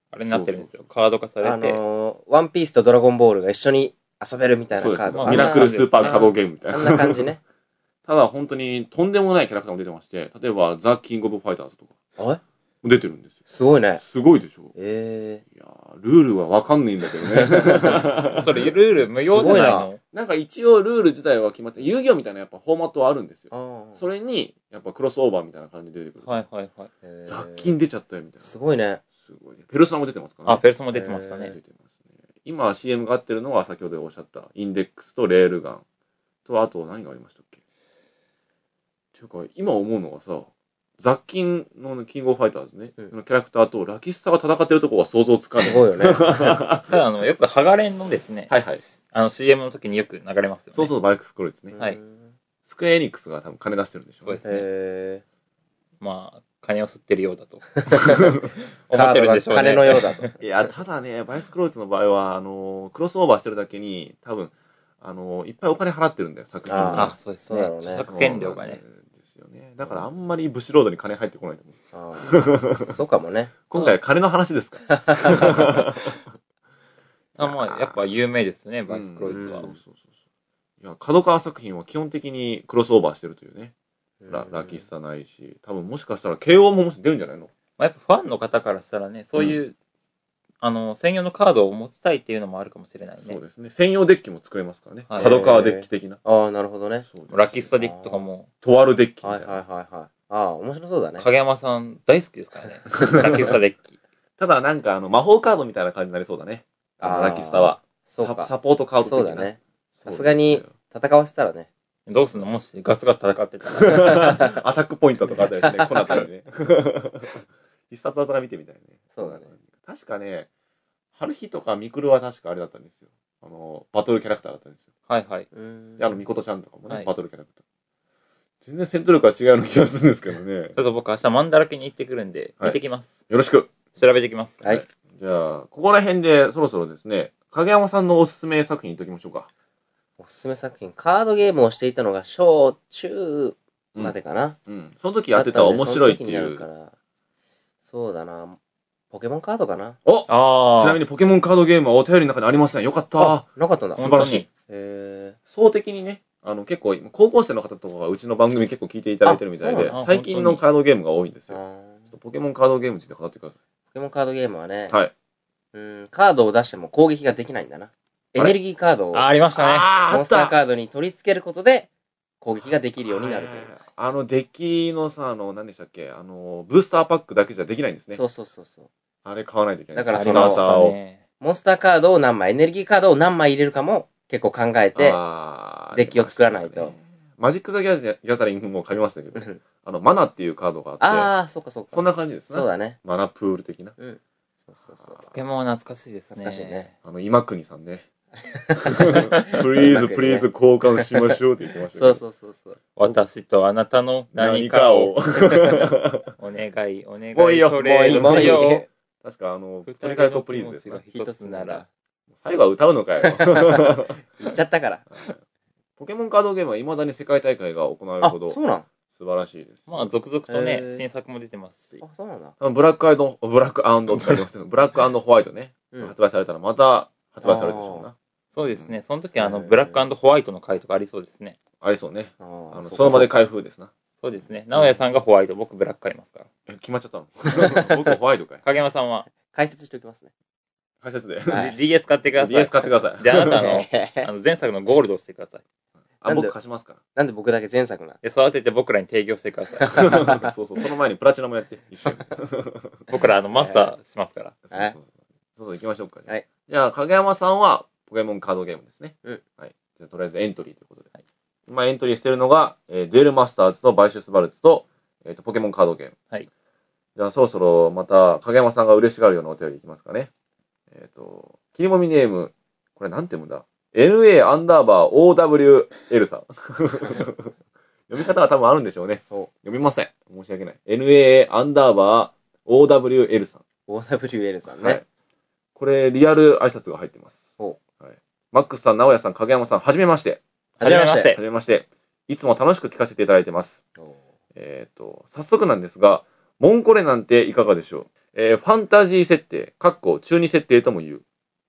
[SPEAKER 3] あれになってるんですよ。カード化されて。
[SPEAKER 2] あのー、ワンピースとドラゴンボールが一緒に遊べるみたい
[SPEAKER 1] そうで
[SPEAKER 2] なカー
[SPEAKER 1] す
[SPEAKER 2] ド。
[SPEAKER 1] ミラクルスーパー
[SPEAKER 2] カ
[SPEAKER 1] 稼働ゲームみたい
[SPEAKER 2] あ
[SPEAKER 1] な。
[SPEAKER 2] んな感じね。
[SPEAKER 1] ただ本当にとんでもないキャラクターも出てまして、例えばザ・キング・オブ・ファイターズとか
[SPEAKER 2] あれ
[SPEAKER 1] も出てるんですよ。
[SPEAKER 2] すごいね。
[SPEAKER 1] すごいでしょ
[SPEAKER 2] え
[SPEAKER 1] いやールールはわかんないんだけど ね。
[SPEAKER 3] それ、ルール無用じゃないの
[SPEAKER 1] なんか一応ルール自体は決まって、遊戯王みたいなやっぱフォーマットはあるんです
[SPEAKER 2] え。あ
[SPEAKER 1] よ。
[SPEAKER 2] ー
[SPEAKER 1] それに、やっぱクロスオーバーみたいな感じで出てくる。
[SPEAKER 3] はいはいはい。
[SPEAKER 2] へー
[SPEAKER 1] 雑菌出ちゃったよみたいな。
[SPEAKER 2] すごいね。
[SPEAKER 1] すごいね。ペルソナも出てますから
[SPEAKER 3] あ、
[SPEAKER 1] ね。
[SPEAKER 3] ペルソも出てました
[SPEAKER 2] ペル
[SPEAKER 3] ね。
[SPEAKER 1] 出てますね。今 CM が合ってるのは先ほどおっしゃったインデックスとレールガンとあと何がありましたっけっていうか今思うのがさ雑菌のキングオブファイターズね、
[SPEAKER 2] うん
[SPEAKER 1] のキャラクターとラキスタが戦ってるとこは想像つかない
[SPEAKER 2] すごいよね。
[SPEAKER 3] ただあの、よくハガレンのですね、
[SPEAKER 1] はいはい
[SPEAKER 3] あの、CM の時によく流れますよね。
[SPEAKER 1] そうそうバイクスクロイですね、
[SPEAKER 3] はい
[SPEAKER 2] うん。
[SPEAKER 1] スクエアエニックスが多分金出してるんでしょ
[SPEAKER 3] そうです
[SPEAKER 2] へえ。
[SPEAKER 3] まあ、金を吸ってるようだと思ってるんでしょうね。
[SPEAKER 2] カードが金のようだと。
[SPEAKER 1] いや、ただね、バイスクローツの場合は、あのークロスオーバーしてるだけに、多分、あのーいっぱいお金払ってるんだよ、作品に。
[SPEAKER 2] あ
[SPEAKER 3] あ、そうです
[SPEAKER 2] そう
[SPEAKER 3] ね。
[SPEAKER 2] だろうね
[SPEAKER 3] 著作権料が
[SPEAKER 1] そ
[SPEAKER 3] ね。
[SPEAKER 1] うなんですよね。だからあんまりブシロードに金入ってこないと思う。
[SPEAKER 2] あーそうかもね。
[SPEAKER 1] 今回は金の話ですか、ら
[SPEAKER 3] あまあ、やっぱ有名ですね、バイスクロイツは
[SPEAKER 1] うん。そうそうそうそういや、角川作品は基本的にクロスオーバーしてるというね。ララキスタないし、多分もしかしたら慶応ももし出るんじゃないの
[SPEAKER 3] まあ、やっぱファンの方からしたらね、そういう、あの、専用のカードを持ちたいっていうのもあるかもしれない
[SPEAKER 1] そ
[SPEAKER 3] ね
[SPEAKER 1] う。ですね。専用デッキも作れますからね。
[SPEAKER 3] はい
[SPEAKER 1] 角川デッキ的な。
[SPEAKER 2] ああ、なるほどね。
[SPEAKER 1] そうです
[SPEAKER 3] ラキスタディックとかも、
[SPEAKER 1] とあるデッキみた
[SPEAKER 2] はい
[SPEAKER 1] いな。
[SPEAKER 2] はいはいはい。ああ、面白そうだね。
[SPEAKER 3] 影山さん大好きで すからね。ラキスタデッキ。
[SPEAKER 1] ただなんかあの、魔法カードみたいな感じになりそうだね。あの
[SPEAKER 2] あー
[SPEAKER 1] ラキスタは。
[SPEAKER 2] そう
[SPEAKER 1] サ
[SPEAKER 2] か。
[SPEAKER 1] サポートカード的
[SPEAKER 2] そ
[SPEAKER 1] な
[SPEAKER 2] うだ。ね。
[SPEAKER 1] そうですよ
[SPEAKER 2] さすがに戦わせたらね。
[SPEAKER 3] どうすんのもしガツガツ戦ってたら。
[SPEAKER 1] アタックポイントとかあったりしてね、この辺り ね。必殺技が見てみたいね。
[SPEAKER 2] そうだね。
[SPEAKER 1] 確かね、春日とかミクルは確かあれだったんですよ。あの、バトルキャラクターだったんですよ。
[SPEAKER 3] はいはい。
[SPEAKER 2] うーん
[SPEAKER 1] で、あの、ミコトちゃんとかもね、
[SPEAKER 3] はい
[SPEAKER 1] バトルキャラクター。全然戦闘力は違うような気がするんですけどね
[SPEAKER 3] ち。ょっと僕明日マンダラケに行ってくるんで、
[SPEAKER 1] はい
[SPEAKER 3] 見てきます。
[SPEAKER 1] よろしく。
[SPEAKER 3] 調べてきます。
[SPEAKER 2] はい。
[SPEAKER 1] じゃあ、ここら辺でそろそろですね、影山さんのおすすめ作品いっときましょうか。
[SPEAKER 2] おすすめ作品。カードゲームをしていたのが小、中
[SPEAKER 1] うん
[SPEAKER 2] までかな。
[SPEAKER 1] うん。その時やってた面白いって
[SPEAKER 2] だ
[SPEAKER 1] い
[SPEAKER 2] ったんで
[SPEAKER 1] う
[SPEAKER 2] その時に。なるからそうだな。ポケモンカードかな。
[SPEAKER 1] お
[SPEAKER 3] ああ。
[SPEAKER 1] ちなみ
[SPEAKER 3] に、
[SPEAKER 1] にポケモンカードゲームはお便りの中にありません。よかった。
[SPEAKER 2] なかったんだ。
[SPEAKER 1] 素晴らしい。
[SPEAKER 2] え
[SPEAKER 1] 層的にね、あの結構、高校生の方とかがうちの番組結構聞いていただいてるみたい
[SPEAKER 2] あそう
[SPEAKER 1] で
[SPEAKER 2] な
[SPEAKER 3] のあ、
[SPEAKER 1] 最近のカードゲームが多いんです
[SPEAKER 2] ー、
[SPEAKER 1] よ。
[SPEAKER 2] あ
[SPEAKER 1] ちょっ
[SPEAKER 2] ー
[SPEAKER 1] とポケモンカードゲームについて語ってくださ
[SPEAKER 2] ポケモンカードゲームはね、
[SPEAKER 1] はい。
[SPEAKER 2] うん、カードを出しても攻撃ができないんだな。
[SPEAKER 1] れ
[SPEAKER 2] エネルギーカードを、
[SPEAKER 3] あー、ありまし
[SPEAKER 1] い。
[SPEAKER 3] たね。
[SPEAKER 1] あ
[SPEAKER 2] モンスターカードに取り付けることで、攻撃ができるようになるという。
[SPEAKER 1] あの、デッキのさ、あの、何でしたっけ、あの、ブースターパックだけじゃできないんですね
[SPEAKER 2] そ。うそうそうそう。
[SPEAKER 1] あれ買わないといけない。
[SPEAKER 2] だから
[SPEAKER 1] ス
[SPEAKER 2] そ
[SPEAKER 1] タ
[SPEAKER 2] の
[SPEAKER 1] ー
[SPEAKER 3] あり
[SPEAKER 1] タ
[SPEAKER 3] ました
[SPEAKER 1] ーを。
[SPEAKER 3] ね。
[SPEAKER 2] モンスターカードを何枚、エネルギーカードを何枚入れるかも結構考えて、
[SPEAKER 1] あー
[SPEAKER 2] デッキを作らないと。
[SPEAKER 1] ありましたねマジック・ザ・ギャザギャザリングも買いましたけど
[SPEAKER 2] う、ん
[SPEAKER 1] あの、マナっていうカードがあって、
[SPEAKER 2] ああ、そっかそっか。
[SPEAKER 1] そんな感じですね
[SPEAKER 2] そう。だね。
[SPEAKER 1] マナプール的な。
[SPEAKER 2] うん。そうそうそう。
[SPEAKER 3] ポケモンは懐かしいですね。
[SPEAKER 2] 懐かしいね。
[SPEAKER 1] あの、今国さんね。プリーズ、プリーズ交換しましょうって言ってましたけ
[SPEAKER 2] そ
[SPEAKER 1] ど
[SPEAKER 2] う。そうそうそう。
[SPEAKER 3] 私とあなたの
[SPEAKER 1] 何
[SPEAKER 3] 何
[SPEAKER 1] か
[SPEAKER 3] か
[SPEAKER 1] を
[SPEAKER 3] を。。お願い、お願い。
[SPEAKER 1] もういいよ
[SPEAKER 3] トレー
[SPEAKER 1] も
[SPEAKER 3] ド
[SPEAKER 1] ういい
[SPEAKER 3] し
[SPEAKER 1] よ
[SPEAKER 3] よう。
[SPEAKER 1] 確かあの、
[SPEAKER 3] 二
[SPEAKER 1] トリ
[SPEAKER 3] 人
[SPEAKER 1] カ
[SPEAKER 3] が
[SPEAKER 1] イコプリーズです
[SPEAKER 3] が
[SPEAKER 1] ね。
[SPEAKER 3] 一つなら。
[SPEAKER 1] 最後は歌うのかよ。
[SPEAKER 2] 言っちゃったから。
[SPEAKER 1] ポケモンカードゲームはいまだに世界大会が行われる
[SPEAKER 2] あ
[SPEAKER 1] ほど、素
[SPEAKER 2] そうなん。
[SPEAKER 1] 晴らしいです。
[SPEAKER 3] まあ、続々とね
[SPEAKER 2] へ、ー
[SPEAKER 3] 新作も出てますし
[SPEAKER 2] あ。、そうなんだ。
[SPEAKER 1] あのブラックアイド、ブラックアンドってありますけど、ブラックアンドホワイトね、
[SPEAKER 2] うん。
[SPEAKER 1] 発売されたらまた発売されるでしょうな。
[SPEAKER 3] そうですね。その時は、あの、
[SPEAKER 2] へー
[SPEAKER 3] ブラックホワイトの回とかありそうですね。
[SPEAKER 1] ありそうね。
[SPEAKER 2] あ
[SPEAKER 1] あ
[SPEAKER 2] ー
[SPEAKER 1] の、その場で。
[SPEAKER 2] うか
[SPEAKER 1] 開封ですな。
[SPEAKER 3] そうですね。直哉さんがホワイト、僕ブラック買いますから。
[SPEAKER 1] え決まっちゃったの 僕ホワイトかい。
[SPEAKER 3] 影山さんは、
[SPEAKER 2] 解説してお きますね。
[SPEAKER 1] 解説で。
[SPEAKER 2] はい
[SPEAKER 3] DS 買ってください。
[SPEAKER 1] DS 買ってください。
[SPEAKER 3] で、あなた の、あの、前作のゴールドをしてください。
[SPEAKER 1] あ、僕貸しますから。
[SPEAKER 2] なんで僕だけ前作な
[SPEAKER 3] で、育てて僕らに提供してくだ さい。
[SPEAKER 1] そうそう、その前にプラチナもやって、一緒に。
[SPEAKER 3] 僕ら、あの、マスターしますから。
[SPEAKER 1] そうそうそう。そうそう、行きましょうか。じゃあ
[SPEAKER 2] はい
[SPEAKER 1] じゃあ、影山さんは、ポケモンカードゲームですね。
[SPEAKER 2] うん
[SPEAKER 1] はい。じゃあ、とりあえずエントリーということで。
[SPEAKER 3] はい
[SPEAKER 1] まあ、エントリーしてるのが、えーデュエルマスターズとバイシュスバルツと、えっ、と、ポケモンカードゲーム。
[SPEAKER 3] はい。
[SPEAKER 1] じゃあ、そろそろ、また、影山さんが嬉しがるようなお便りいきますかね。えっ、と、切りもみネーム、これなんて読むんだ ?NA アンダーバー OWL さん。 読み方は多分あるんでしょうね。
[SPEAKER 2] お
[SPEAKER 1] 読みません。申し訳ない。NA アンダーバー OWL さん。
[SPEAKER 2] の ?OWL さん
[SPEAKER 1] はい
[SPEAKER 2] ね。。
[SPEAKER 1] これ、リアル挨拶が入ってます。
[SPEAKER 2] ほ
[SPEAKER 1] はい。マックスさん、直哉さん、影山さん、はじめまして。
[SPEAKER 3] はじめまして
[SPEAKER 1] はじめまして。いつも楽しく聞かせていただいてます。えっ、と、早速なんですが、モンコレなんていかがでしょうえーファンタジー設定、かっこ中二設定とも言う、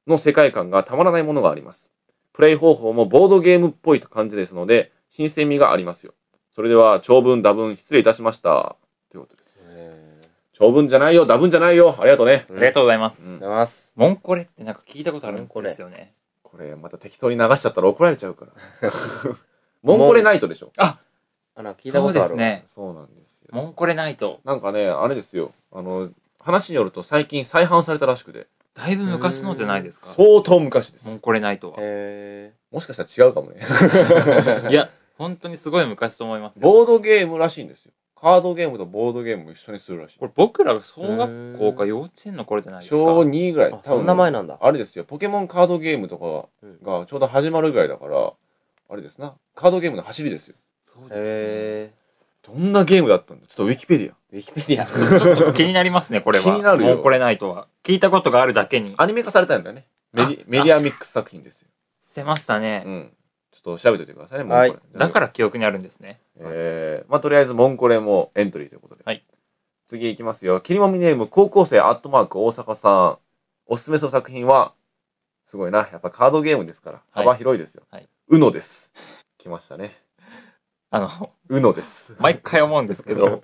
[SPEAKER 1] の世界観がたまらないものがあります。プレイ方法もボードゲームっぽい感じですので、新鮮味がありますよ。それでは、長文、打文、失礼いたしました。ということです。
[SPEAKER 2] え
[SPEAKER 1] 長文じゃないよ、打文じゃないよ。ありがとうね。
[SPEAKER 2] ー
[SPEAKER 3] ありがとうございま
[SPEAKER 1] う
[SPEAKER 3] す。
[SPEAKER 1] ん
[SPEAKER 2] ございます。
[SPEAKER 3] モンコレってなんか聞いたことあるんですよね。
[SPEAKER 1] これまた適当に流しちゃったら怒られちゃうから。モンコレナイトでしょ。
[SPEAKER 2] あ、なんか聞いたことある。
[SPEAKER 3] そうです。ね。
[SPEAKER 1] そうなんですよ。
[SPEAKER 3] モンコレナイト。
[SPEAKER 1] なんかね、あれですよ。あの、話によると最近再販されたらしくて、
[SPEAKER 3] だいぶ昔のじゃないですか。
[SPEAKER 1] 相当昔です
[SPEAKER 3] モ。ンコレナイトは。
[SPEAKER 2] へ
[SPEAKER 1] もしかしたら違うかもね。
[SPEAKER 3] いや、本当にすごい昔と思いますよ。
[SPEAKER 1] ボードゲームらしいんですよ。カードゲームとボードゲームを一緒にするらしい
[SPEAKER 3] こ。れ僕らが小学校か幼稚園の頃じゃないですか。
[SPEAKER 1] 小2ぐらい。
[SPEAKER 2] ーあ、そんな前なんだ。
[SPEAKER 1] あれですよ。ポケモンカードゲームとかがちょうど始まるぐらいだから、あれですな。カードゲームの走りですよ。
[SPEAKER 3] そうですね。
[SPEAKER 2] へ
[SPEAKER 1] どんなゲームだったんだちょっとウィキペディ
[SPEAKER 2] ウィキペディア。
[SPEAKER 3] ちょっと気になりますね、これは。
[SPEAKER 1] 気になるよ
[SPEAKER 3] もうこれないとは。聞いたことがあるだけに。
[SPEAKER 1] ア。アニメ化されたんだよね。メディメディアミックス作品ですよ。
[SPEAKER 3] してましたね
[SPEAKER 1] う。ん。ちょっと調べておいてくださいね、もうこ
[SPEAKER 2] は
[SPEAKER 1] れ。
[SPEAKER 2] い
[SPEAKER 3] だから記憶にあるんですね。
[SPEAKER 1] えー、まあ、とりあえず、モンコレもエントリーということで。
[SPEAKER 3] はい。
[SPEAKER 1] 次いきますよ。キリモミネーム、高校生アットマーク大阪さん。おすすめする作品は、すごいな。やっぱカードゲームですから。
[SPEAKER 3] はい
[SPEAKER 1] 幅広いですよ。
[SPEAKER 3] はい。
[SPEAKER 1] うのです。来ましたね。
[SPEAKER 3] あの、
[SPEAKER 1] うのです。
[SPEAKER 3] 毎回思うんです けど、